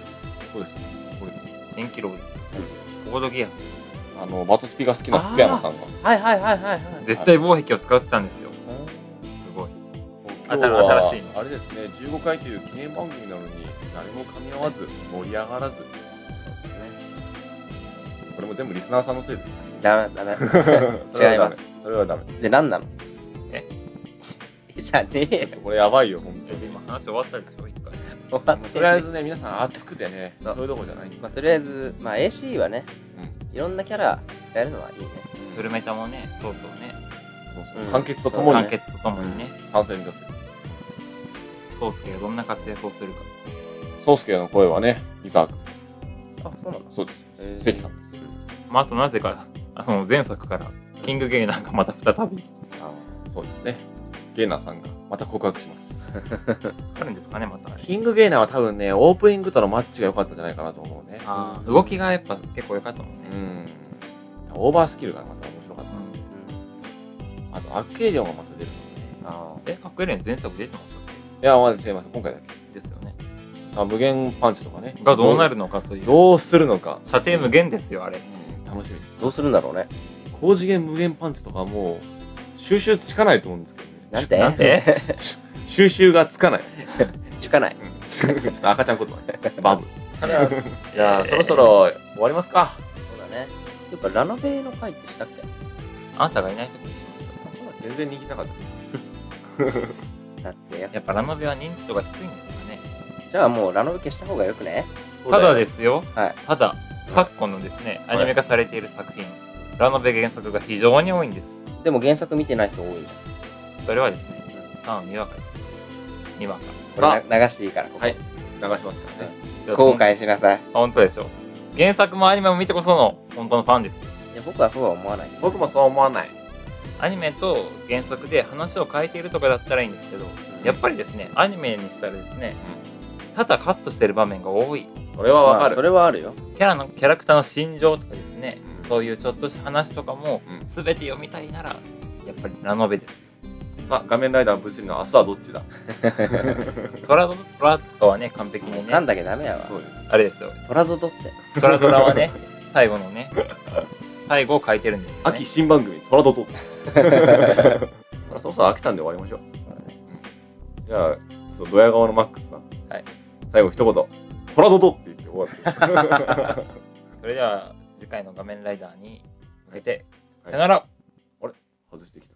[SPEAKER 1] そうです。これ
[SPEAKER 3] た。新機能ですよ。コードギアスです。
[SPEAKER 1] あの、バトスピが好きな福山さんが。
[SPEAKER 2] はいはいはいはいはい。
[SPEAKER 3] 絶対防壁を使ってたんですよ。すごい。
[SPEAKER 1] 今日は
[SPEAKER 3] 新しいの
[SPEAKER 1] あれですね、15回という記念番組なのに、誰も噛み合わず、盛り上がらず。これも全部リスナーさんのせいです。
[SPEAKER 2] ダメ だダ
[SPEAKER 1] それはダメ
[SPEAKER 2] 違います。
[SPEAKER 1] それはダメ。
[SPEAKER 2] メ。で、何なの
[SPEAKER 3] え
[SPEAKER 2] えじゃねえよ。
[SPEAKER 1] これやばいよ、本当
[SPEAKER 3] え
[SPEAKER 1] に。
[SPEAKER 3] 今話終わったでしょ、一回。
[SPEAKER 2] 終わって
[SPEAKER 1] とりあえずね、皆さん熱くてね、
[SPEAKER 2] そ
[SPEAKER 1] そうういうとこじゃない。
[SPEAKER 2] まあ、とりあえず、まあ、AC はね、いろんなキャラ使えるのはいいね。
[SPEAKER 3] フルメタもね、とうとうね、
[SPEAKER 1] そうそう
[SPEAKER 2] うん
[SPEAKER 1] 完結ととも
[SPEAKER 2] そう
[SPEAKER 1] に
[SPEAKER 3] 完結とともにね、
[SPEAKER 1] 参戦ですよ。
[SPEAKER 3] ソウスケがどんな活躍をするか。
[SPEAKER 1] 宗介の声はね、伊沢君。
[SPEAKER 2] あ、そうなの
[SPEAKER 1] そうです。
[SPEAKER 2] えー
[SPEAKER 1] 関さんで
[SPEAKER 3] まあ、あとなぜか、あの前作から、キングゲイナーがまた再び。
[SPEAKER 1] す。そうですね。
[SPEAKER 4] ゲイナーさんがまた告白します。
[SPEAKER 3] あるんですかね、また。
[SPEAKER 1] キングゲイナーは多分ね、オープニングとのマッチが良かったんじゃないかなと思うね。
[SPEAKER 3] あー動きがやっぱ結構良かったもん
[SPEAKER 1] う
[SPEAKER 3] ね。
[SPEAKER 1] ん。オーバースキルがまた面白かった。あと、アッケーリオンがまた出るもんね。
[SPEAKER 2] あ
[SPEAKER 3] え、アクエリアン前作出てましたっ
[SPEAKER 1] いや、まだ違います。今回だけ。
[SPEAKER 3] けですよね。
[SPEAKER 1] あ無限パンチとかね。
[SPEAKER 3] がどうなるのかという。
[SPEAKER 1] どうするのか。
[SPEAKER 3] 射程無限ですよ、あれ。
[SPEAKER 1] 楽しみです。
[SPEAKER 2] どうするんだろうね。
[SPEAKER 1] 高次元無限パンチとかもう、収集つかないと思うんですけどね。
[SPEAKER 2] なんて
[SPEAKER 3] なんて
[SPEAKER 1] 収集がつかない。
[SPEAKER 2] つかない。
[SPEAKER 1] ちょっと赤ちゃん言葉ね。バブ。じゃあ、
[SPEAKER 3] えー
[SPEAKER 1] そろそろ終わりますか。
[SPEAKER 2] そうだね。ていうか、ラノベの回ってしたっけ
[SPEAKER 3] あんたがいないとこにしました。
[SPEAKER 1] 全然人気なかったです。
[SPEAKER 2] だってやっぱ
[SPEAKER 3] やっぱラノベは認知度が低いんですかね。
[SPEAKER 2] じゃあもうラノベ消した方がよくね
[SPEAKER 3] ただですよ、
[SPEAKER 2] はい
[SPEAKER 3] ただ、昨今のですね、アニメ化されている作品、ラノベ原作が非常に多いんです。
[SPEAKER 2] でも原作見てない人多いじ
[SPEAKER 3] それはですね、あにわかです。にわか。
[SPEAKER 2] ゃんこれな流していいからここ
[SPEAKER 1] はい。流しますからね。
[SPEAKER 2] 後悔しなさい
[SPEAKER 3] 本当でしょ。原作もアニメも見てこその本当のファンです。
[SPEAKER 2] いや僕はそうは思わない
[SPEAKER 1] 僕もそう思わない。
[SPEAKER 3] アニメと原作で話を変えているとかだったらいいんですけど、やっぱりですね、アニメにしたらですね、ただカットしてる場面が多い。
[SPEAKER 1] それはわか
[SPEAKER 2] まあそ
[SPEAKER 1] る。
[SPEAKER 2] れはあるよ
[SPEAKER 3] キャラの、キャラクターの心情とかですね、
[SPEAKER 1] うん
[SPEAKER 3] そういうちょっとした話とかも
[SPEAKER 1] う、ん
[SPEAKER 3] すべて読みたいなら、やっぱりラノベです。
[SPEAKER 1] さあ、画面ライダー物理の明日はどっちだ
[SPEAKER 3] トラドラとかはね、完璧に
[SPEAKER 2] 噛ん
[SPEAKER 3] ね、
[SPEAKER 2] だけダメやわ
[SPEAKER 1] そうです。
[SPEAKER 3] あれですよ。
[SPEAKER 2] トラドドって
[SPEAKER 3] トラド ラはね、最後のね、最後を書いてるんですよ、ね。
[SPEAKER 1] 秋新番組、トラドと。そろそろ飽きたんで終わりましょう。じゃあ、そのドヤ顔のマックスさん。
[SPEAKER 3] はい。
[SPEAKER 1] 最後一言。トラドドって言って終わる。
[SPEAKER 3] それでは、次回の画面ライダーに向けて、
[SPEAKER 1] はい
[SPEAKER 3] さよなら
[SPEAKER 1] 外してきた。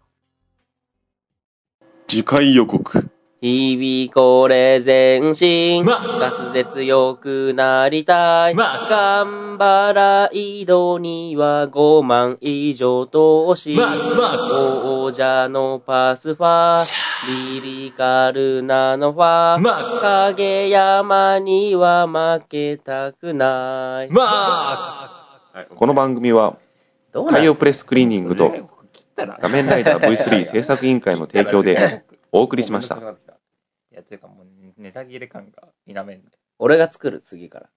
[SPEAKER 4] 次回予告。
[SPEAKER 2] 日々これ前進
[SPEAKER 3] ま
[SPEAKER 2] 滑舌良くなりたい
[SPEAKER 3] ま
[SPEAKER 2] 頑張らい度には5万以上投資
[SPEAKER 3] まま
[SPEAKER 2] 王者のパスファーリリカルなのファー
[SPEAKER 3] マック
[SPEAKER 2] 影山には負けたくない。
[SPEAKER 3] マ
[SPEAKER 1] この番組は、
[SPEAKER 2] どうな
[SPEAKER 1] 海
[SPEAKER 2] の
[SPEAKER 1] 洋プレスクリーニングと、
[SPEAKER 3] 切ったら
[SPEAKER 1] 画面ライダー V3 制作委員会の提供でお送りしました。
[SPEAKER 3] いや、というかもうネタ切れ感が否めんね
[SPEAKER 2] 俺が作る、次から。